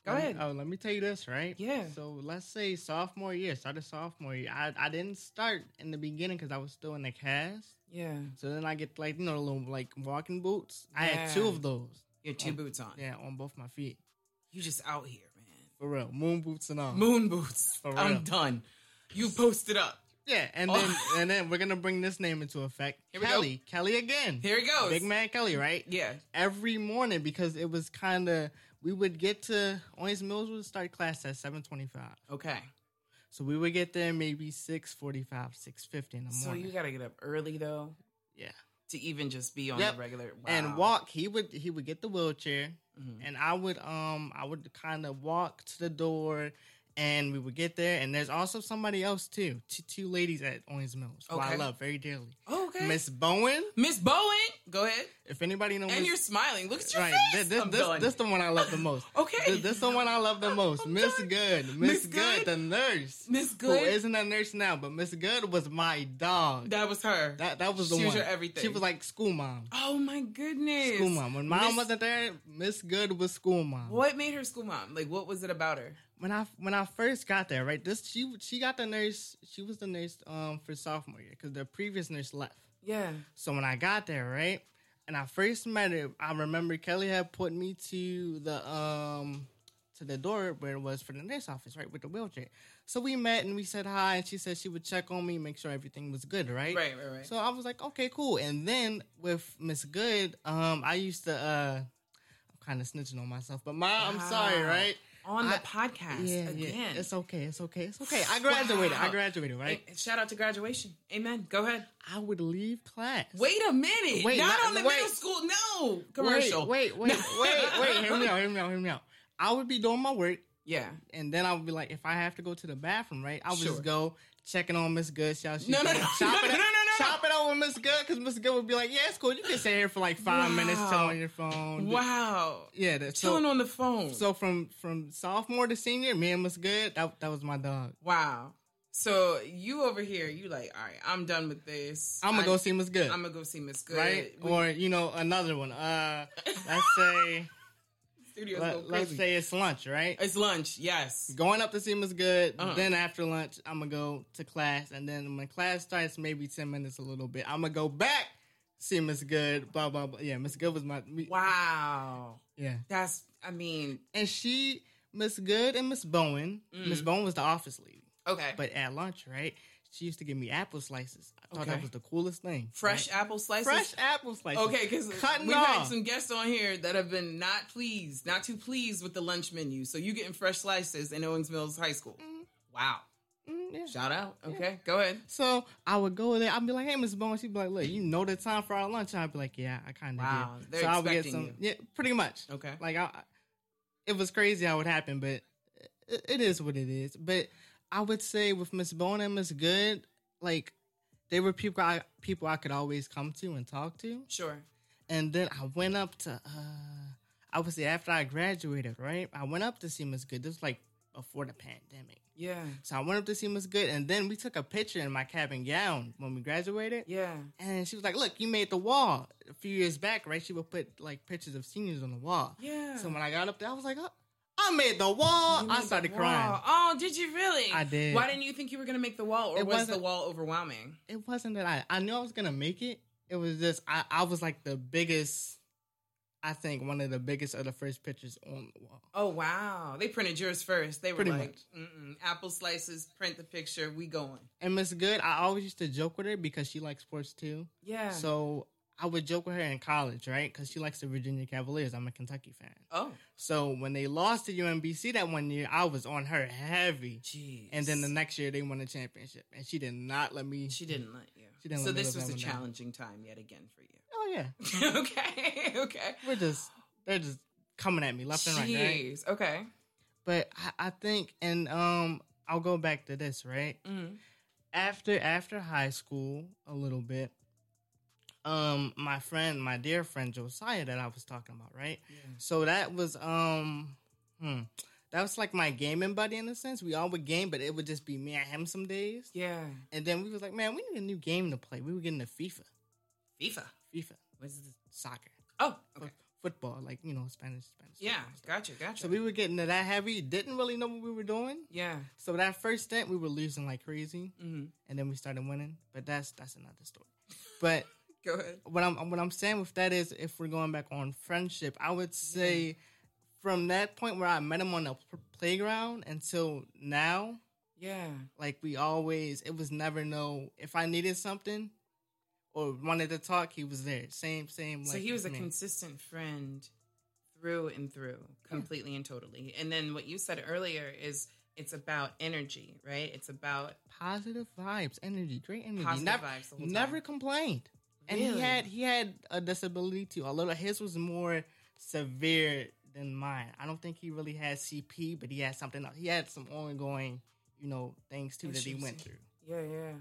A: Go
B: Let me-
A: ahead.
B: Oh, let me tell you this, right?
A: Yeah.
B: So let's say sophomore year, started sophomore year. I, I didn't start in the beginning because I was still in the cast.
A: Yeah,
B: So then I get like you know the little like walking boots. I had
A: Yeah.
B: two of those.
A: your two boots on.
B: Yeah, on both my feet.
A: You just out here, man.
B: For real, moon boots and all.
A: Moon boots.
B: For real.
A: I'm done. You posted up.
B: Yeah, and
A: Oh.
B: then and then we're gonna bring this name into effect.
A: Here we go.
B: Kelly, Kelly again.
A: Here it goes.
B: Big man Kelly, right?
A: Yeah.
B: Every morning because it was kind of we would get to Owens Mills would start class at seven twenty five,
A: Okay.
B: so we would get there maybe six forty five, six fifty in the
A: So
B: morning.
A: you got to get up early though
B: yeah.
A: to even just be on
B: Yep.
A: the regular wow.
B: and walk. He would he would get the wheelchair,
A: Mhm.
B: and I would um I would kind of walk to the door, and we would get there. And there's also somebody else too, two, two ladies at Owens Mills, who I
A: Okay.
B: love very dearly,
A: Okay. Miss
B: Miss Bowen.
A: Bowen, go ahead.
B: If anybody knows,
A: And
B: Oh, Miss-
A: you're smiling. Look at your
B: right,
A: face.
B: thi- this
A: I'm
B: this,
A: done.
B: this the one I love the most.
A: Okay.
B: Thi- this the one I love the most.
A: I'm
B: Miss
A: done.
B: Good,
A: Miss
B: Miss Good,
A: Good?
B: the nurse,
A: Miss
B: who
A: Good?
B: isn't a nurse now, but Miss Good was my dog.
A: that was her.
B: That that was the
A: She
B: one.
A: was your everything.
B: She was like school mom.
A: oh my goodness.
B: School mom. When mom
A: Miss-
B: wasn't there, Miss Good was school mom.
A: What made her school mom? Like what was it about her?
B: When I when I first got there, right? This she she got the nurse. She was the nurse um for sophomore year because the previous nurse left.
A: Yeah.
B: So when I got there, right, and I first met her, I remember Kelly had put me to the um to the door where it was for the nurse office, right, with the wheelchair. So we met and we said hi, and she said she would check on me, make sure everything was good, right?
A: Right, right, right.
B: So I was like, okay, cool. And then with Miss Good, um, I used to uh I'm kind of snitching on myself, but my I'm sorry,
A: Wow.
B: right?
A: Ah, on the
B: I-
A: podcast again.
B: It's okay, it's okay, it's okay. I graduated. I
A: Wow.
B: graduated, right?
A: Hey, Shout out to graduation. Amen. Go ahead.
B: I would leave class.
A: Wait a minute.
B: Wait,
A: not,
B: not-
A: on the
B: wait.
A: middle school. No. Commercial.
B: Wait, wait, wait, wait, wait. Hear me out. Hear me out. Hear me out. I would be doing my work,
A: Yeah.
B: and then I would be like, if I have to go to the bathroom, right? I would
A: Sure.
B: just go checking on Miss Good. See how she's
A: No, no,
B: doing.
A: no.
B: Chop
A: No, no,
B: it up-
A: no, no, no.
B: Chop it up with Miss Good because Miss Good would be like, yeah, it's cool. You can sit here for like five
A: Wow.
B: minutes, chill on your phone.
A: Wow.
B: Yeah, that's
A: Chilling
B: so,
A: on the phone.
B: so from from sophomore to senior, me and Miss Good, that that was my dog.
A: wow. So you over here, you like, all right, I'm done with this.
B: I'm gonna
A: I-
B: go see Miss Good,
A: I'm gonna go see Miss Good.
B: right?
A: We-
B: Or you know, another one. Uh, let's say
A: studios go
B: let, let's
A: crazy.
B: say it's lunch, right?
A: it's lunch. Yes.
B: Going up to see him is good.
A: Uh-huh.
B: Then after lunch, I'm gonna go to class, and then when class starts, maybe ten minutes, a little bit, I'm gonna go back. See Miss Good, blah blah blah. Yeah, Miss Good was my me-
A: Wow.
B: yeah.
A: That's. I mean.
B: And she, Miss Good, and Miss Bowen.
A: Mm.
B: Miss Bowen was the office lady,
A: Okay.
B: but at lunch, right? She used to give me apple slices. I thought
A: Okay.
B: that was the coolest thing.
A: fresh
B: right?
A: apple slices.
B: fresh apple slices.
A: Okay, because
B: Cutting
A: we've had
B: off.
A: some guests on here that have been not pleased, not too pleased with the lunch menu. So you getting fresh slices in Owings Mills High School?
B: Mm-hmm.
A: Wow!
B: Mm, yeah.
A: Shout out. Okay, go ahead.
B: So I would go there. I'd be like, "Hey, Miss Bowen." She'd be like, "Look, you know the time for our lunch." I'd be like, "Yeah, I kind of
A: Wow,
B: do."
A: they're
B: so I would
A: expecting you.
B: Yeah, pretty much.
A: Okay.
B: Like I, it was crazy how it happened, but it, it is what it is. But I would say with Miss Bowen and Miss Good, like they were people I people I could always come to and talk to.
A: Sure.
B: And then I went up to, uh, I would say after I graduated, right? I went up to see Miss Good. This was like before the pandemic.
A: Yeah.
B: So I went up to see Miss Good, and then we took a picture in my cap and gown when we graduated.
A: Yeah.
B: And she was like, "Look, you made the wall a few years back, right? She would put like pictures of seniors on the wall."
A: Yeah.
B: So when I got up there, I was like, oh, "I made the wall!"
A: You
B: I
A: made
B: started
A: the
B: crying.
A: wall. Oh, did you really?
B: I did.
A: Why didn't you think you were going to make the wall, or
B: It
A: was the
B: wasn't-
A: wall overwhelming?
B: It wasn't that I I knew I was gonna make it. It was just I I was like the biggest. I think one of the biggest of the first pictures on the wall.
A: Oh wow! They printed yours first. They were
B: Pretty
A: like, Mm-mm, apple slices. Print the picture. We going.
B: And Miss Good, I always used to joke with her because she likes sports too.
A: Yeah.
B: So I would joke with her in college, right? Because she likes the Virginia Cavaliers. I'm a Kentucky fan.
A: oh,
B: So when they lost to UMBC that one year, I was on her heavy.
A: jeez.
B: And then the next year they won the championship, and she did not let me.
A: she didn't let you.
B: She didn't
A: so
B: let me
A: this was
B: live
A: a
B: that one down.
A: challenging time yet again for you.
B: Oh yeah,
A: okay. Okay.
B: we're just they're just coming at me left and right, right.
A: Jeez. Okay.
B: But I, I think, and um, I'll go back to this right
A: Mm.
B: after after high school a little bit. Um, my friend, my dear friend Josiah that I was talking about, right? So that was um, hmm, that was like my gaming buddy in a sense. We all would game, but it would just be me and him some days.
A: Yeah.
B: And then we was like, man, we need a new game to play. We were getting the FIFA,
A: FIFA.
B: FIFA,
A: What's this?
B: soccer,
A: Oh.
B: fo-
A: Okay.
B: football, like you know, Spanish, Spanish.
A: Yeah.
B: football.
A: Gotcha. Gotcha.
B: So we were getting to that heavy. Didn't really know what we were doing.
A: yeah.
B: So that first stint, we were losing like crazy,
A: Mhm.
B: and then we started winning. But that's that's another story. But
A: Go ahead.
B: what I'm what I'm saying with that is, if we're going back on friendship, I would say from that point where I met him on the p- playground until now,
A: Yeah.
B: like we always it was never no if i needed something or wanted to talk he was there same same like
A: so he was a
B: with me.
A: consistent friend through and through, completely and totally. And then what you said earlier is it's about energy, right? It's about
B: positive vibes energy great energy
A: Positive
B: never,
A: vibes the whole
B: Hmm, never
A: time.
B: complained and
A: Really?
B: he had he had a disability too although his was more severe than mine i don't think he really had cp but he had something else he had some ongoing you know things too that he
A: Issues.
B: went through
A: yeah, yeah,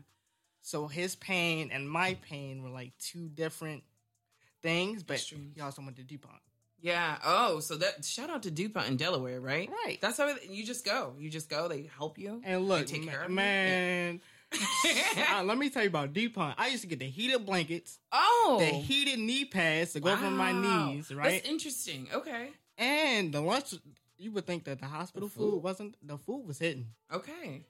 B: so his pain and my pain were like two different things but
A: Extremes.
B: he also went to dupont
A: yeah. Oh, so that shout out to Dupont in Delaware, right?
B: Right.
A: That's how it, you just go. You just go. They help you
B: And look,
A: They take
B: ma-
A: care of you.
B: man.
A: Yeah.
B: uh, let me tell you about Dupont. I used to get the heated blankets,
A: oh,
B: the heated knee pads to go over my
A: wow.
B: knees, right?
A: That's interesting. Okay,
B: and the lunch. You would think that the hospital
A: food?
B: food? wasn't. The food was hitting.
A: okay.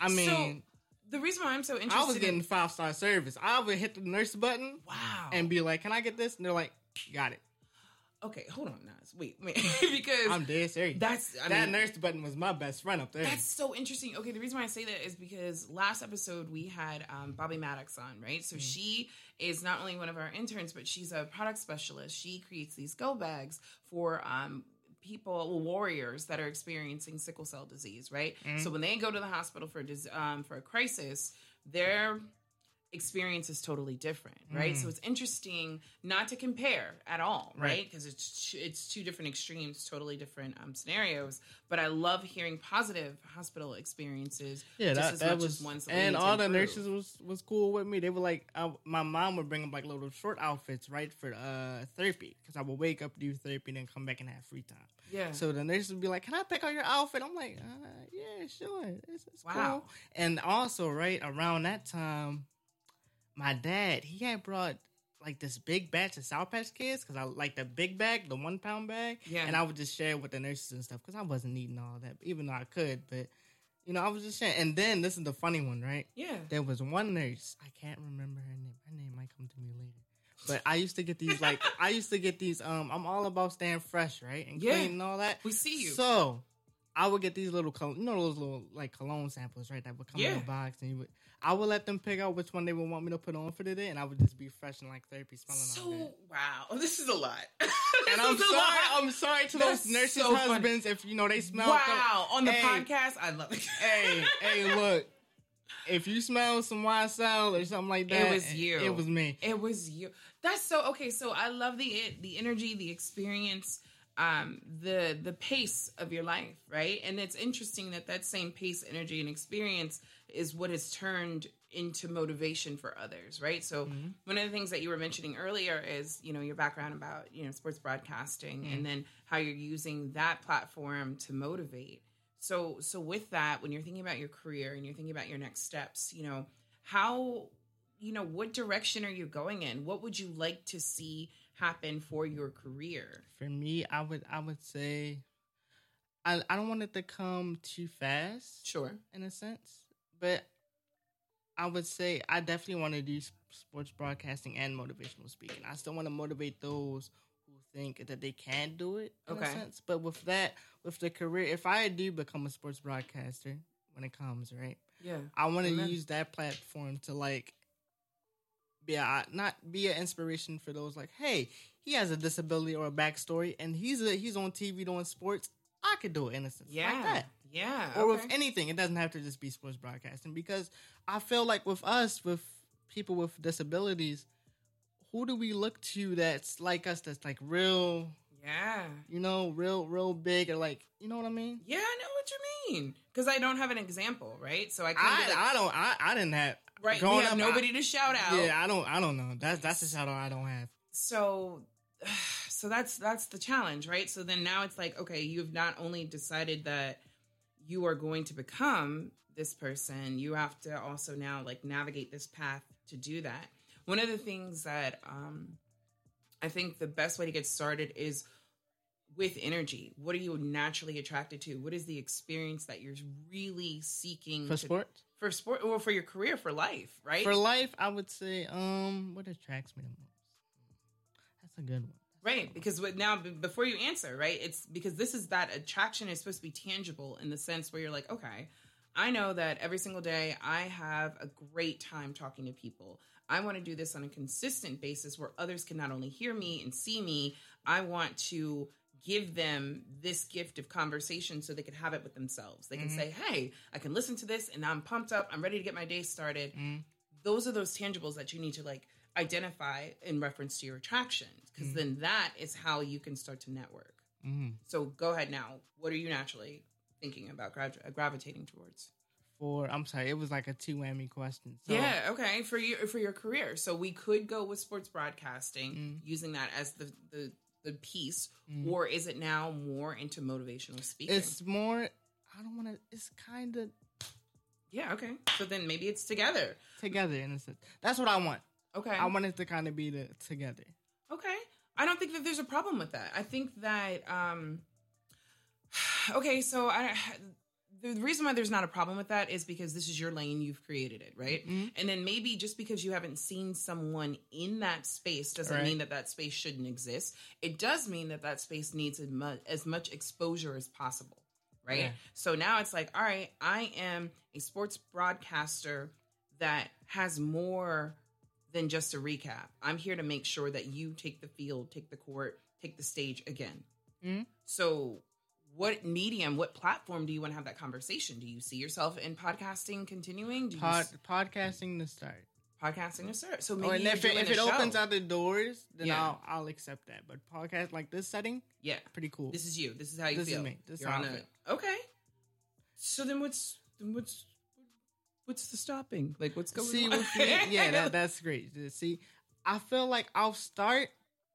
B: I
A: So,
B: mean,
A: the reason why I'm so interested,
B: I was getting
A: in,
B: five star service. I would hit the nurse button
A: wow,
B: and be like, "Can I get this?" And they're like, "Got it."
A: okay, hold on, Nas, wait, wait, because
B: I'm dead serious.
A: that's I
B: that
A: mean,
B: nurse button was my best friend up there.
A: That's so interesting. Okay, the reason why I say that is because last episode we had um, Bobby Maddox on, right?
B: Mm-hmm.
A: So she is not only one of our interns, but she's a product specialist. She creates these go bags for um, people, well, warriors that are experiencing sickle cell disease, right?
B: Mm-hmm.
A: So when they go to the hospital for a dis- um, for a crisis, their experience is totally different, right? So it's interesting not to compare at all, right?
B: Mm. Right.
A: Because it's t- it's two different extremes, totally different um, scenarios. But I love hearing positive hospital experiences.
B: Yeah,
A: just
B: that,
A: as
B: that
A: much
B: was,
A: as ones that we
B: and
A: need to
B: all the
A: improve.
B: nurses was was cool with me. They were like, I, my mom would bring them like little short outfits, right, for uh therapy, because I would wake up do therapy, then come back and have free time.
A: Yeah.
B: So the nurses would be like, "Can I pick out your outfit?" I'm like, uh, "Yeah, sure, it's, it's
A: Wow.
B: cool." And also, right around that time, my dad he had brought like this big batch of Sour Patch Kids because I like the big bag, the one pound bag,
A: Yeah.
B: And I would just share it with the nurses and stuff because I wasn't eating all that, even though I could, but. You know, I was just saying. And then this is the funny one, right?
A: yeah,
B: There was one nurse. I can't remember her name. Her name might come to me later. But I used to get these like I used to get these um I'm all about staying fresh, right? And
A: Yeah.
B: clean and all that.
A: We see you.
B: So I would get these little col- you know those little like cologne samples, right? That would come in
A: Yeah.
B: a box and you would I would let them pick out which one they would want me to put on for the day and I would just be fresh and like therapy smelling
A: so
B: all that.
A: wow, this is a lot.
B: And I'm sorry, I'm sorry to
A: That's
B: those nurses'
A: so funny.
B: husbands if you know they smell
A: wow on the
B: Hey.
A: podcast. I love it.
B: hey, hey, look. If you smell some wild salad or something like that,
A: It was you.
B: It was me.
A: It was you. That's so okay. So I love the it, the energy, the experience, um, the the pace of your life, right? And it's interesting that that same pace, energy, and experience is what has turned into motivation for others, right? So one of the things that you were mentioning earlier is you know your background about you know sports broadcasting, and then how you're using that platform to motivate. so so with that, when you're thinking about your career and you're thinking about your next steps, you know, how you know, what direction are you going in? What would you like to see happen for your career?
B: For me, I would I would say I I don't want it to come too fast.
A: Sure.
B: in a sense. But I would say I definitely want to do s- sports broadcasting and motivational speaking. I still want to motivate those who think that they can do it in
A: Okay.
B: a sense. But with that, with the career, if I do become a sports broadcaster when it comes, right?
A: Yeah.
B: I want to
A: Amen.
B: use that platform to like be a, not be an inspiration for those like, hey, he has a disability or a backstory, and he's a, he's on TV doing sports. I could do it in a sense
A: Yeah.
B: like that
A: Yeah.
B: or with
A: okay.
B: anything. It doesn't have to just be sports broadcasting because I feel like with us, with people with disabilities, who do we look to that's like us? That's like real,
A: yeah.
B: you know, real, real big, or like, you know what I mean?
A: Yeah, I know what you mean. Because I don't have an example, right? So I kind
B: I,
A: of
B: I don't, I, I didn't have
A: right. You
B: growing
A: have
B: up,
A: nobody
B: I-
A: to shout out.
B: Yeah, I don't, I don't know. That's that's the shadow I don't have.
A: so so that's that's the challenge right so then now it's like okay you've not only decided that you are going to become this person you have to also now like navigate this path to do that one of the things that um i think the best way to get started is with energy what are you naturally attracted to what is the experience that you're really seeking
B: For
A: to-
B: sports,
A: for sport or for your career for life right
B: for life, I would say, um, what attracts me the most? That's a good one.
A: Right, because what now b- before you answer, right? It's because this is that attraction is supposed to be tangible in the sense where you're like, okay, I know that every single day I have a great time talking to people. I want to do this on a consistent basis where others can not only hear me and see me, I want to give them this gift of conversation so they can have it with themselves. They can say, "Hey, I can listen to this and I'm pumped up. I'm ready to get my day started." those are those tangibles that you need to like identify in reference to your attractions because then that is how you can start to network
B: Mhm.
A: so go ahead now what are you naturally thinking about grav- uh, gravitating towards
B: For I'm sorry, it was like a two whammy question. So,
A: yeah okay for your for your career so we could go with sports broadcasting using that as the the the piece or is it now more into motivational speaking
B: It's more. I don't want to. It's kind of
A: yeah okay so then maybe it's together
B: together in a sense. That's what I want.
A: okay
B: I want it to kind of be the together.
A: Okay. I don't think that there's a problem with that. I think that um okay, so I the reason why there's not a problem with that is because this is your lane, you've created it, right?
B: Mm-hmm.
A: And then maybe just because you haven't seen someone in that space doesn't
B: Right.
A: mean that that space shouldn't exist. It does mean that that space needs as much, as much exposure as possible, right?
B: Yeah.
A: So now it's like, all right, I am a sports broadcaster that has more than just a recap. I'm here to make sure that you take the field, take the court, take the stage again.
B: Mhm.
A: So, what medium, what platform do you want to have that conversation? Do you see yourself in podcasting continuing? Do you
B: Pod,
A: s-
B: podcasting to start.
A: podcasting or ser- so
B: Or
A: maybe
B: and
A: you
B: if it, if it opens
A: up,
B: other doors, then
A: Yeah.
B: I'll I'll accept that. But podcast like this setting,
A: yeah,
B: pretty cool.
A: this is you. This is how you
B: This is
A: feel.
B: me. This is
A: You're
B: how
A: on
B: I
A: a-
B: feel.
A: okay. So then, what's then what's what's the stopping? Like, what's going
B: See
A: on?
B: with me, yeah, that, that's great. Just See, I feel like I'll start,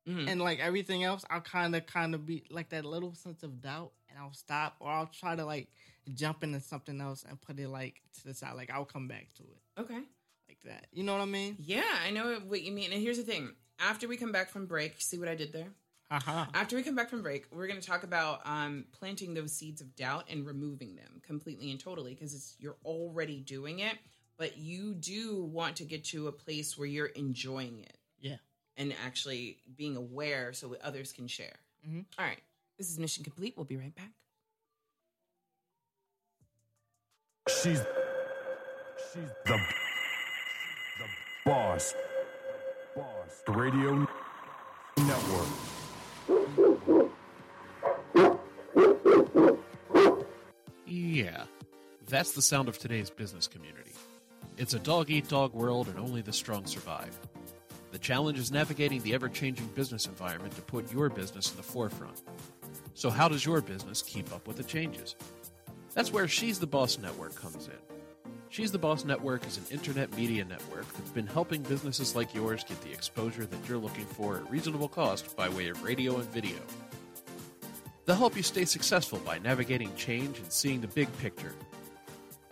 A: Mhm.
B: and like everything else, I'll kind of kind of be like that little sense of doubt, and I'll stop, or I'll try to like jump into something else and put it like to the side. Like I'll come back to it
A: okay.
B: like that. You know what I mean?
A: Yeah, I know what you mean. And here's the thing: after we come back from break, see what I did there.
B: Haha.
A: After we come back from break, we're going to talk about um, planting those seeds of doubt and removing them completely and totally because it's you're already doing it, but you do want to get to a place where you're enjoying it
B: Yeah.
A: and actually being aware so that others can share.
B: Mhm.
A: All right, this is Mission Complete. We'll be right back.
C: She's she's the the boss. Boss Radio Network.
H: Yeah, that's the sound of today's business community. It's a dog eat dog world, and only the strong survive. The challenge is navigating the ever changing business environment to put your business in the forefront. So, how does your business keep up with the changes? That's where She's the Boss Network comes in. She's the Boss Network is an internet media network that's been helping businesses like yours get the exposure that you're looking for at reasonable cost by way of radio and video. They'll help you stay successful by navigating change and seeing the big picture.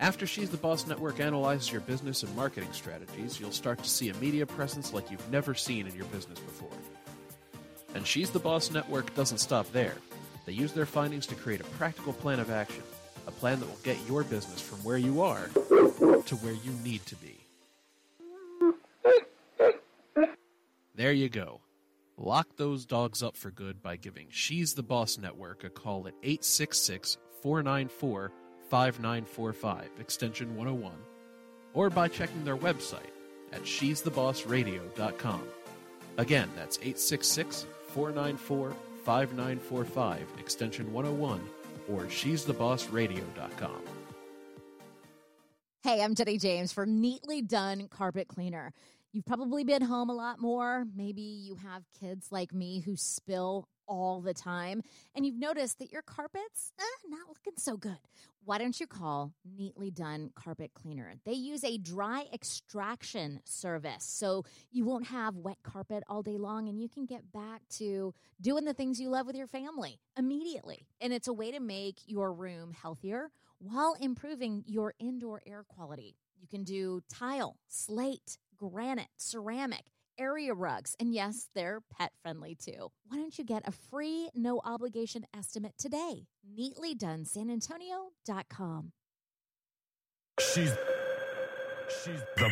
H: After She's the Boss Network analyzes your business and marketing strategies, you'll start to see a media presence like you've never seen in your business before. And She's the Boss Network doesn't stop there. They use their findings to create a practical plan of action, a plan that will get your business from where you are to where you need to be. There you go. Lock those dogs up for good by giving She's the Boss Network a call at 866 494 5945, extension 101, or by checking their website at she'sthebossradio.com. Again, that's 866 494 5945, extension 101, or she'sthebossradio.com.
I: Hey, I'm Jenny James for Neatly Done Carpet Cleaner. You've probably been home a lot more. Maybe you have kids like me who spill all the time, and you've noticed that your carpets eh, not looking so good. Why don't you call Neatly Done Carpet Cleaner? They use a dry extraction service, so you won't have wet carpet all day long, and you can get back to doing the things you love with your family immediately. And it's a way to make your room healthier while improving your indoor air quality. You can do tile, slate, granite, ceramic, area rugs, and yes, they're pet friendly too. Why don't you get a free, no obligation estimate today? Neatly done, San Antonio.com.
C: She's she's the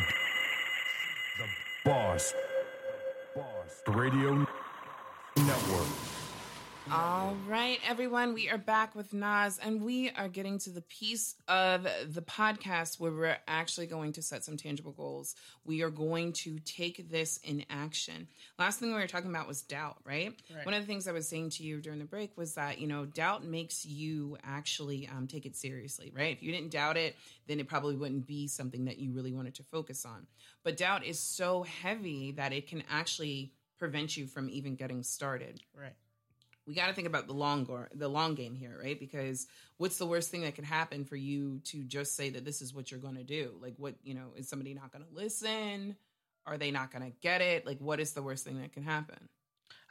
C: the boss. Boss Radio Network.
A: All right, everyone, we are back with Nas, and we are getting to the piece of the podcast where we're actually going to set some tangible goals. We are going to take this in action. Last thing we were talking about was doubt, right?
B: Right.
A: One of the things I was saying to you during the break was that, you know, doubt makes you actually um, take it seriously, right? If you didn't doubt it, then it probably wouldn't be something that you really wanted to focus on. But doubt is so heavy that it can actually prevent you from even getting started
B: Right.
A: we got to think about the long go- the long game here, right? Because what's the worst thing that could happen for you to just say that this is what you're going to do? Like, what you know, is somebody not going to listen? Are they not going to get it? Like, what is the worst thing that can happen?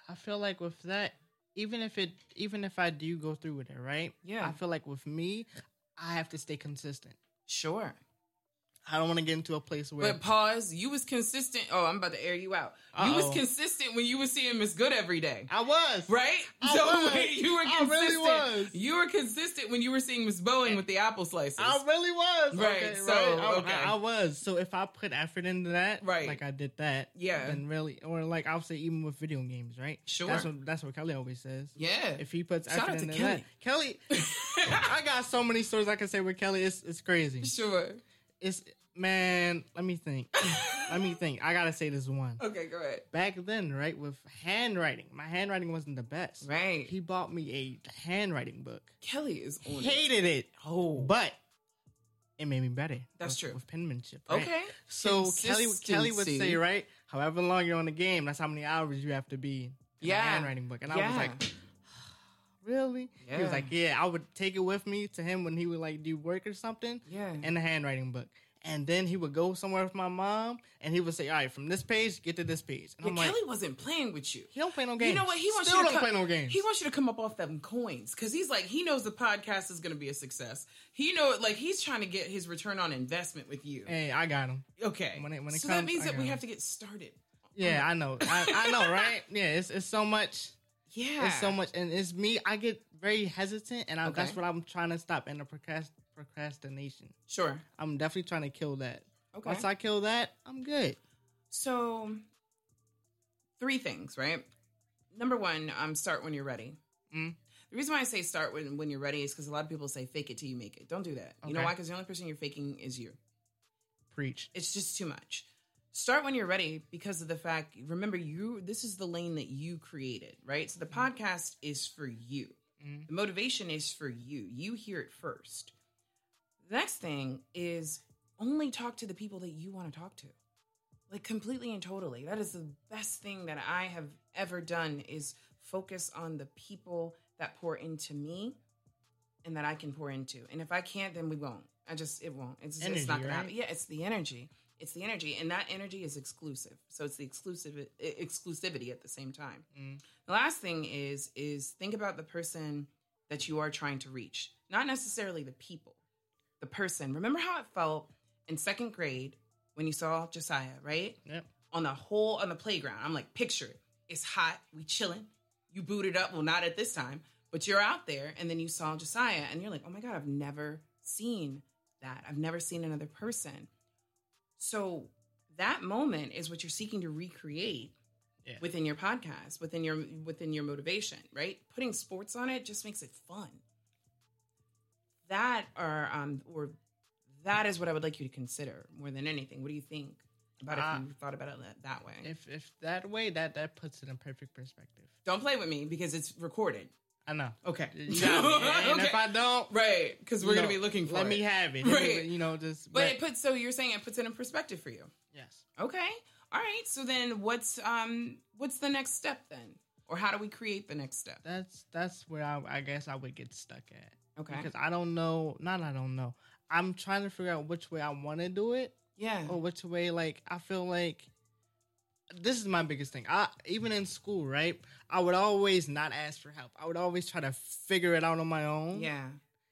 B: I feel like with that, even if it, even if I do go through with it, right?
A: Yeah.
B: I feel like with me, I have to stay consistent.
A: Sure,
B: I don't want to get into a place where
A: but pause. You was consistent. Oh, I'm about to air you out. You was
B: Uh-oh.
A: consistent when you was seeing Miss Good every day.
B: I was
A: Right?
B: I
A: so
B: was.
A: wait, you were
B: I
A: consistent.
B: really was.
A: You were consistent when you were seeing Miss Boeing with the apple slices.
B: I really was.
A: Right,
B: Okay,
A: so,
B: right? I,
A: okay.
B: I, I was. So if I put effort into that,
A: Right.
B: Like I did that.
A: Yeah.
B: Then really, or like I'll say even with video games, right?
A: Sure.
B: That's what that's what Kelly always says.
A: yeah.
B: If he puts
A: Shout out
B: effort
A: to
B: into that, Kelly, I got so many stories I can say with Kelly. It's it's crazy.
A: sure.
B: It's man. Let me think. let me think. I gotta say this one.
A: Okay, go ahead.
B: Back then, right, with handwriting, my handwriting wasn't the best.
A: Right.
B: He bought me a handwriting book.
A: Kelly is on it.
B: Hated it. Oh, but it made me better.
A: That's
B: with-
A: true.
B: With penmanship. right?
A: Okay.
B: So Kelly, Kelly would
A: Consistency.
B: say, right, however long you're on the game, that's how many hours you have to be in
A: Yeah.
B: the handwriting book. And I was
A: Yeah.
B: like, really? He
A: Yeah.
B: was like, yeah, I would take it with me to him when he would like do work or something.
A: Yeah.
B: In the handwriting book. And then he would go somewhere with my mom and he would say, all right, from this page, get to this page. And
A: Yeah,
B: I'm like,
A: Kelly wasn't playing with you.
B: he don't play no games.
A: You know what? He wants
B: Still
A: you to
B: don't
A: come,
B: play no games.
A: He wants you to come up off them coins because he's like he knows the podcast is going to be a success. He know like he's trying to get his return on investment with you.
B: hey, I got him.
A: okay,
B: when it- when it
A: so that
B: comes,
A: means
B: I
A: that we
B: got
A: have
B: it.
A: to get started.
B: Yeah, I know. I, I know, right? Yeah, it's, it's so much.
A: Yeah,
B: It's so much, and it's me. I get very hesitant, and I, that's
A: Okay.
B: what I'm trying to stop. And the procrast- procrastination,
A: Sure.
B: I'm definitely trying to kill that.
A: Okay.
B: Once I kill that, I'm good.
A: So three things, right? Number one, um, start when you're ready.
B: Mm.
A: The reason why I say start when, when you're ready is because a lot of people say fake it till you make it. Don't do that. You know
B: Okay.
A: why? Because the only person you're faking is you.
B: Preach.
A: it's just too much start when you're ready because of the fact remember you this is the lane that you created right so the
B: Mm.
A: podcast is for you
B: Mhm.
A: the motivation is for you you hear it first the next thing is only talk to the people that you want to talk to like completely and totally that is the best thing that i have ever done is focus on the people that pour into me and that i can pour into and if i can't then we won't i just it won't it's, it's
B: Energy,
A: not gonna
B: right?
A: happen yeah it's the energy it's the energy and that energy is exclusive so it's the e, exclusive i-
B: Mm.
A: exclusivity at the same time the last thing is is think about the person that you are trying to reach, not necessarily the people, the person. Remember how it felt in second grade when you saw Josiah, right?
B: Yep.
A: On the hole on the playground. I'm like, picture it. It's hot. We chilling. You booted up. Well, not at this time, but you're out there, and then you saw Josiah, and you're like, oh my god, I've never seen that. I've never seen another person. So that moment is what you're seeking to recreate
B: Yeah.
A: within your podcast, within your within your motivation, right? Putting sports on it just makes it fun. That or um or that is what I would like you to consider more than anything. What do you think about
B: Ah.
A: if you thought about it that, that way?
B: If if that way that that puts it in perfect perspective.
A: Don't play with me because it's recorded.
B: I know.
A: Okay.
B: You got me. And if I don't,
A: right, because we're
B: you
A: gonna
B: know,
A: be looking for
B: Let
A: it.
B: me have it.
A: Right.
B: You know, just
A: but it puts so you're saying it puts it in perspective for you.
B: yes.
A: Okay. All right. So then what's um what's the next step then? Or how do we create the next step?
B: That's that's where I, I guess I would get stuck at
A: Okay.
B: because I don't know. Not I don't know. I'm trying to figure out which way I want to do it
A: yeah.
B: or which way like I feel like this is my biggest thing. I even in school, right? I would always not ask for help. I would always try to figure it out on my own.
A: Yeah.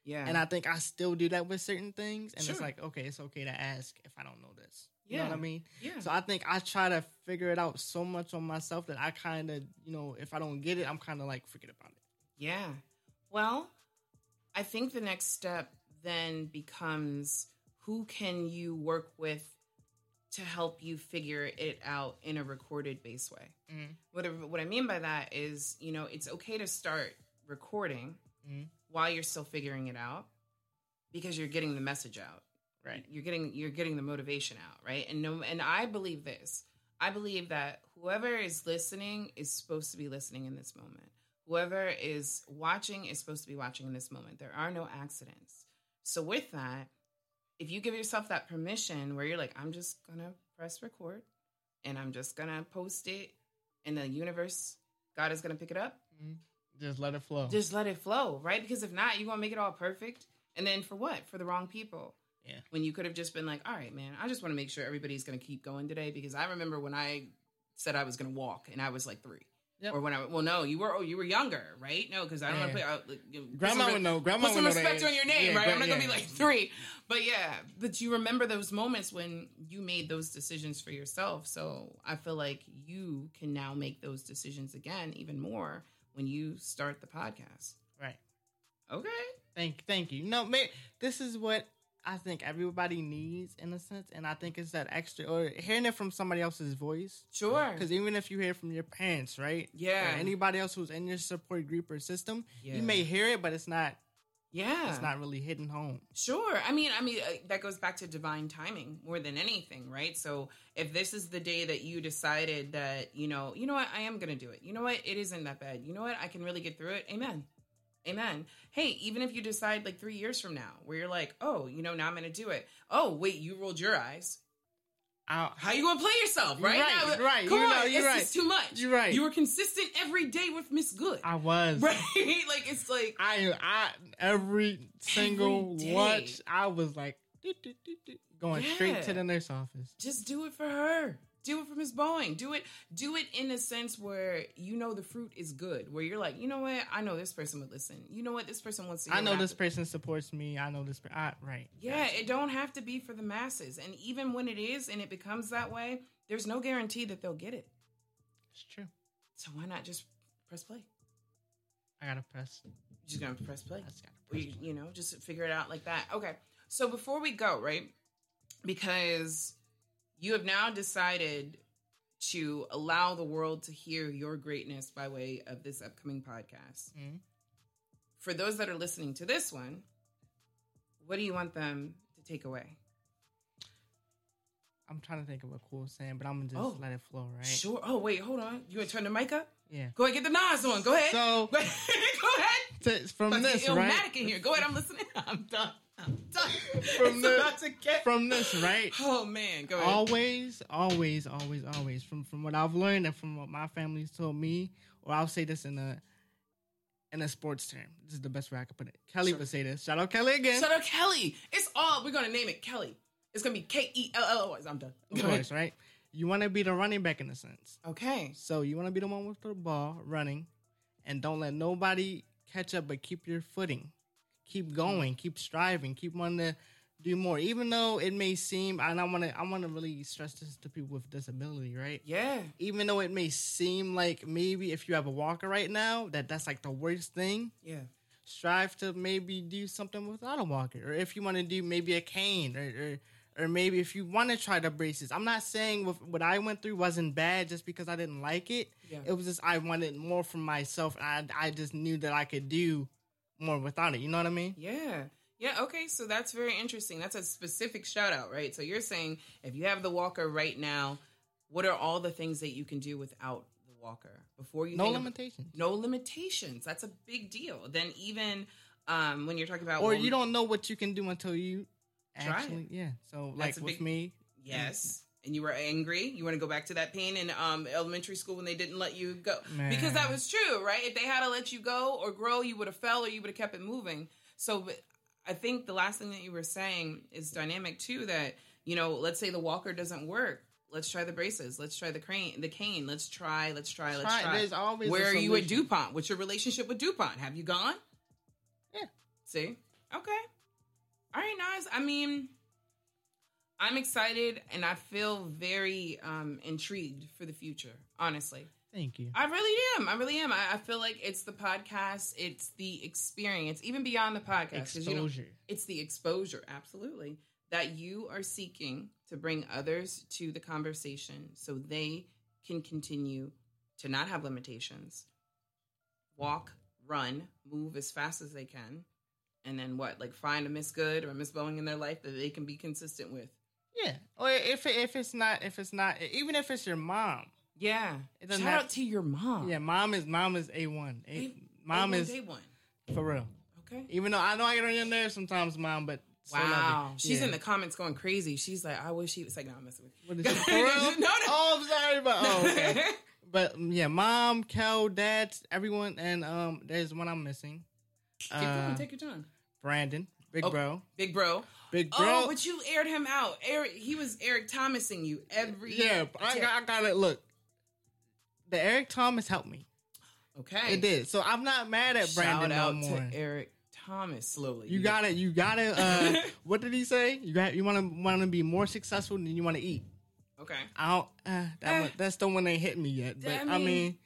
A: Yeah.
B: And I think I still do that with certain things. And
A: Sure.
B: it's like, okay, it's okay to ask if I don't know this. You know what I
A: Yeah.
B: mean?
A: yeah.
B: So I think I try to figure it out so much on myself that I kind of, you know, if I don't get it, I'm kind of like forget about it.
A: Yeah. Well, I think the next step then becomes who can you work with to help you figure it out in a recorded base way.
B: Mhm.
A: What I- what I mean by that is, you know, it's okay to start recording
B: Mhm.
A: while you're still figuring it out because you're getting the message out.
B: Right.
A: you're getting you're getting the motivation out right and no and i believe this i believe that whoever is listening is supposed to be listening in this moment whoever is watching is supposed to be watching in this moment there are no accidents so with that if you give yourself that permission where you're like i'm just gonna press record and i'm just gonna post it and the universe god is gonna pick it up
B: Just let it flow.
A: just let it flow, right? Because if not, you're gonna make it all perfect. And then for what? For the wrong people.
B: Yeah.
A: When you could have just been like, all right, man, I just wanna make sure everybody's gonna keep going today because I remember when I said I was gonna walk and I was like three.
B: Yep.
A: Or when I well no, you were oh you were younger, right? No, because I don't
B: Yeah.
A: wanna put out like, you know, put
B: Grandma
A: some-
B: would know. Grandma
A: put some
B: would know that
A: respect
B: age.
A: on your name,
B: Yeah,
A: right? I'm
B: gra-
A: not gonna
B: yeah.
A: be like three. But yeah, but you remember those moments when you made those decisions for yourself. So I feel like you can now make those decisions again, even more when you start the podcast.
B: right.
A: Okay.
B: Thank, thank you. No, man, this is what I think everybody needs in a sense, and I think it's that extra or hearing it from somebody else's voice.
A: Sure.
B: Because even if you hear from your parents, right?
A: Yeah.
B: Or anybody else who's in your support group or system,
A: Yeah.
B: you may hear it, but it's not.
A: Yeah.
B: It's not really hitting home.
A: Sure. I mean, I mean uh, that goes back to divine timing more than anything, right? So if this is the day that you decided that you know, you know what, I am going to do it. You know what, it isn't that bad. You know what, I can really get through it. Amen. Amen. Hey, even if you decide like three years from now, where you're like, oh, you know, now I'm going to do it. Oh, wait, you rolled your eyes.
B: I,
A: How you gonna play yourself,
B: You're
A: right?
B: right,
A: Now,
B: you're right,
A: Come
B: you're
A: on,
B: right,
A: it's
B: you're right.
A: just too much.
B: You're right.
A: You were consistent every day with Miss Good,
B: I was
A: right? like it's like
B: I I every single
A: day.
B: watch I was like "Doo, doo, doo, doo," going straight to
A: Yeah.
B: the nurse office.
A: just do it for her. Do it for Miss Boeing. Do it. Do it in a sense where you know the fruit is good. Where you're like, you know what? I know this person would listen. You know what? This person wants to. Hear
B: I know
A: what
B: this
A: have to-"
B: person supports me. I know this. Per- I, right.
A: Yeah, it don't have to be for the masses. And even when it is, and it becomes that way, there's no guarantee that they'll get it.
B: It's true.
A: So why not just press play?
B: I gotta press.
A: You're just gonna have to press play.
B: I just gotta press.
A: you, you know, just figure it out like that. Okay. So before we go, right? Because you have now decided to allow the world to hear your greatness by way of this upcoming podcast.
B: Mhm.
A: For those that are listening to this one, what do you want them to take away?
B: I'm trying to think of a cool saying, but I'm gonna just
A: Oh.
B: let it flow. Right.
A: Sure. Oh, wait, hold on. You want to turn the mic up?
B: Yeah.
A: Go ahead, get the Nas on. Go ahead.
B: So-
A: go ahead.
B: To- from
A: About to
B: this,
A: get
B: right?
A: Illmatic in here. Go ahead. I'm listening. I'm done. I'm done.
B: From
A: It's
B: the-
A: about to get-
B: From this, right?
A: Oh man, go ahead.
B: always, always, always, always. From from what I've learned and from what my family's told me, or I'll say this in a in a sports term. This is the best way I could put it. Kelly would say this. Shout out Kelly again.
A: Shout out Kelly. It's all we're gonna name it Kelly. It's gonna be K E L L O. I'm done.
B: Of
A: Go ahead.
B: course, right? You want to be the running back in a sense.
A: Okay.
B: So you want to be the one with the ball running, and don't let nobody catch up, but keep your footing. Keep going. Keep striving. Keep wanting to do more. Even though it may seem, and I want to, I want to really stress this to people with disability, right?
A: Yeah.
B: Even though it may seem like maybe if you have a walker right now, that that's like the worst thing.
A: Yeah.
B: Strive to maybe do something without a walker, or if you want to do maybe a cane, or or, or maybe if you want to try the braces. I'm not saying with, what I went through wasn't bad just because I didn't like it.
A: Yeah.
B: It was just I wanted more for myself. and I I just knew that I could do more without it. You know what I mean?
A: Yeah. Yeah, okay, so that's very interesting. That's a specific shout out, right? So you're saying if you have the walker right now, what are all the things that you can do without the walker before you
B: No
A: think of-
B: limitations.
A: no limitations. That's a big deal. Then even um, when you're talking about
B: or
A: well,
B: you don't know what you can do until you
A: Try it.
B: actually yeah so
A: That's
B: like
A: a
B: with
A: big-
B: me
A: Yes. And you were angry. You want to go back to that pain in um, elementary school when they didn't let you go. Because that
B: Man.
A: was true, right? If they had to let you go or grow, you would have fell or you would have kept it moving. So but I think the last thing that you were saying is dynamic too that, you know, let's say the walker doesn't work. Let's try the braces. Let's try the crane, the cane. Let's try, let's try, let's
B: Try.
A: try.
B: There's always a
A: Where are you at
B: solution.
A: DuPont? What's your relationship with DuPont? Have you gone?
B: Yeah.
A: See? Okay. All right, Nas. I mean, I'm excited and I feel very um, intrigued for the future, honestly.
B: thank you
A: I really am. I really am. I, I feel like it's the podcast, it's the experience, even beyond the podcast. 'cause you know-
B: exposure
A: it's the exposure, absolutely, that you are seeking to bring others to the conversation so they can continue to not have limitations. Walk, run, move as fast as they can. And then what? Like find a Miss Good or a Miss Boeing in their life that they can be consistent with.
B: yeah or if it- if it's not if it's not even if it's your mom
A: Yeah.
B: It
A: Shout
B: doesn't have-
A: out to your mom.
B: yeah mom is mom is a one
A: Day-
B: mom
A: day one,
B: is
A: day one.
B: for real
A: Okay.
B: even though I know I get on your nerves sometimes mom but still love you.
A: Wow. She's
B: Yeah.
A: in the comments going crazy. She's like, I wish she was like, no, I'm messing with you.
B: what is it, for real?
A: No, no.
B: oh I'm sorry but oh okay but um, yeah mom Kel dad everyone and um there's one I'm missing
A: Keep going,
B: uh,
A: take your time.
B: Brandon big
A: Oh.
B: bro
A: Big bro.
B: big bro
A: Oh, but you aired him out. Eric, he was Eric Thomasing you every.
B: Yeah, but I
A: tip.
B: got, I got it. Look, the Eric Thomas helped me.
A: Okay.
B: It did. So I'm not mad at Brandon
A: Shout out
B: no more.
A: to Eric Thomas. Slowly,
B: You got it. You got it. Uh, what did he say? You got. You want to want to be more successful than you want to eat.
A: Okay.
B: I don't. Uh, that
A: Eh.
B: one, that's the one that hit me yet. But
A: I
B: I
A: mean,
B: mean,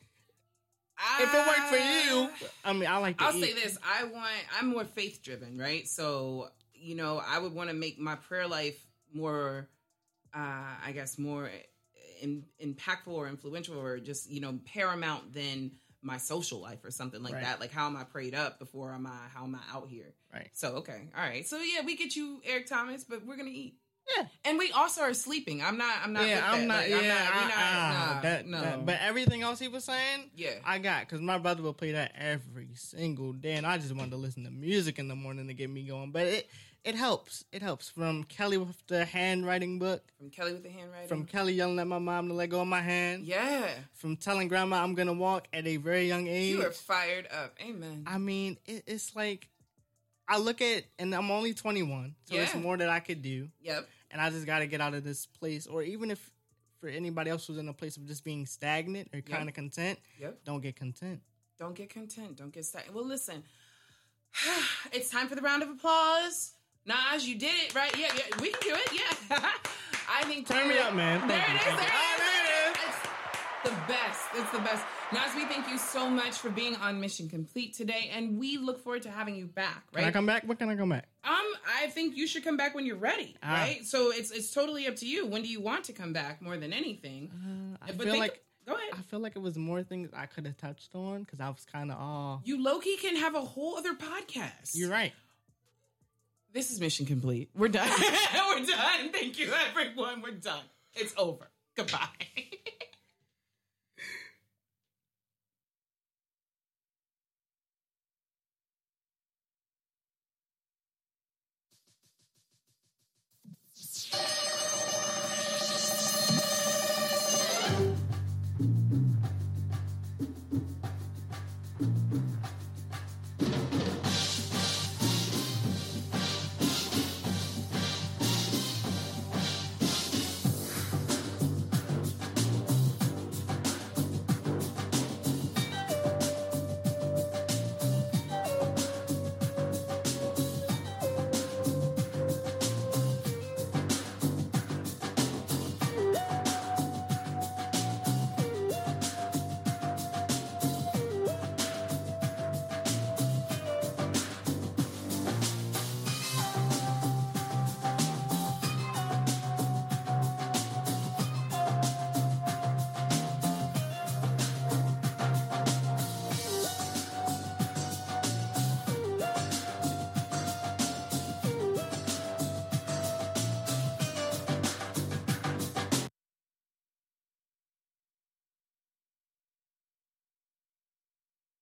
B: if it worked for
A: Ah.
B: you, I mean, I like. To
A: I'll
B: eat.
A: say this: I want. I'm more faith driven, right? So you know, I would want to make my prayer life more, uh, I guess, more in, impactful or influential, or just you know, paramount than my social life or something like
B: Right.
A: that. Like, how am I prayed up before am I? How am I out here?
B: Right.
A: So okay, all right. So yeah, we get you Eric Thomas, but we're gonna eat.
B: Yeah.
A: And we also are sleeping. I'm not. I'm not.
B: yeah,
A: with that.
B: I'm not.
A: Like,
B: yeah,
A: I'm not.
B: I-
A: we not
B: I-
A: nah,
B: that-
A: no.
B: that- but everything else he was saying,
A: Yeah.
B: I got because my brother would play that every single day, and I just wanted to listen to music in the morning to get me going. But it it helps. It helps from Kelly with the handwriting book,
A: from Kelly with the handwriting.
B: from Kelly yelling at my mom to let go of my hand,
A: yeah.
B: from telling grandma I'm gonna walk at a very young age.
A: You are fired up. Amen.
B: I mean, it, it's like I look at, and I'm only 21, so it's
A: Yeah.
B: more that I could do.
A: Yep.
B: and I just got to get out of this place. Or even if for anybody else who's in a place of just being stagnant or kind of content,
A: Yep.
B: don't get content.
A: Don't get content. Don't get stagnant. Well, listen, it's time for the round of applause. Nas, you did it, right? Yeah, yeah. We can do it. Yeah. I think.
B: Turn me up, man.
A: There
B: Thank
A: it
B: you,
A: is.
B: thank you. Ah,
A: There
B: there
A: it
B: it
A: is. It's the best. It's the best. Nas, we thank you so much for being on Mission Complete today, and we look forward to having you back. Right?
B: Can I come back? When can I come back?
A: Um, I think you should come back when you're ready,
B: Ah.
A: right? So it's it's totally up to you. When do you want to come back? More than anything,
B: Uh, I
A: But
B: feel
A: think-
B: like
A: go ahead.
B: I feel like it was more things I could have touched on because I was kind of all.
A: you Loki can have a whole other podcast.
B: You're right.
A: This is mission complete. We're done. We're done. Thank you, everyone. We're done. It's over. Goodbye.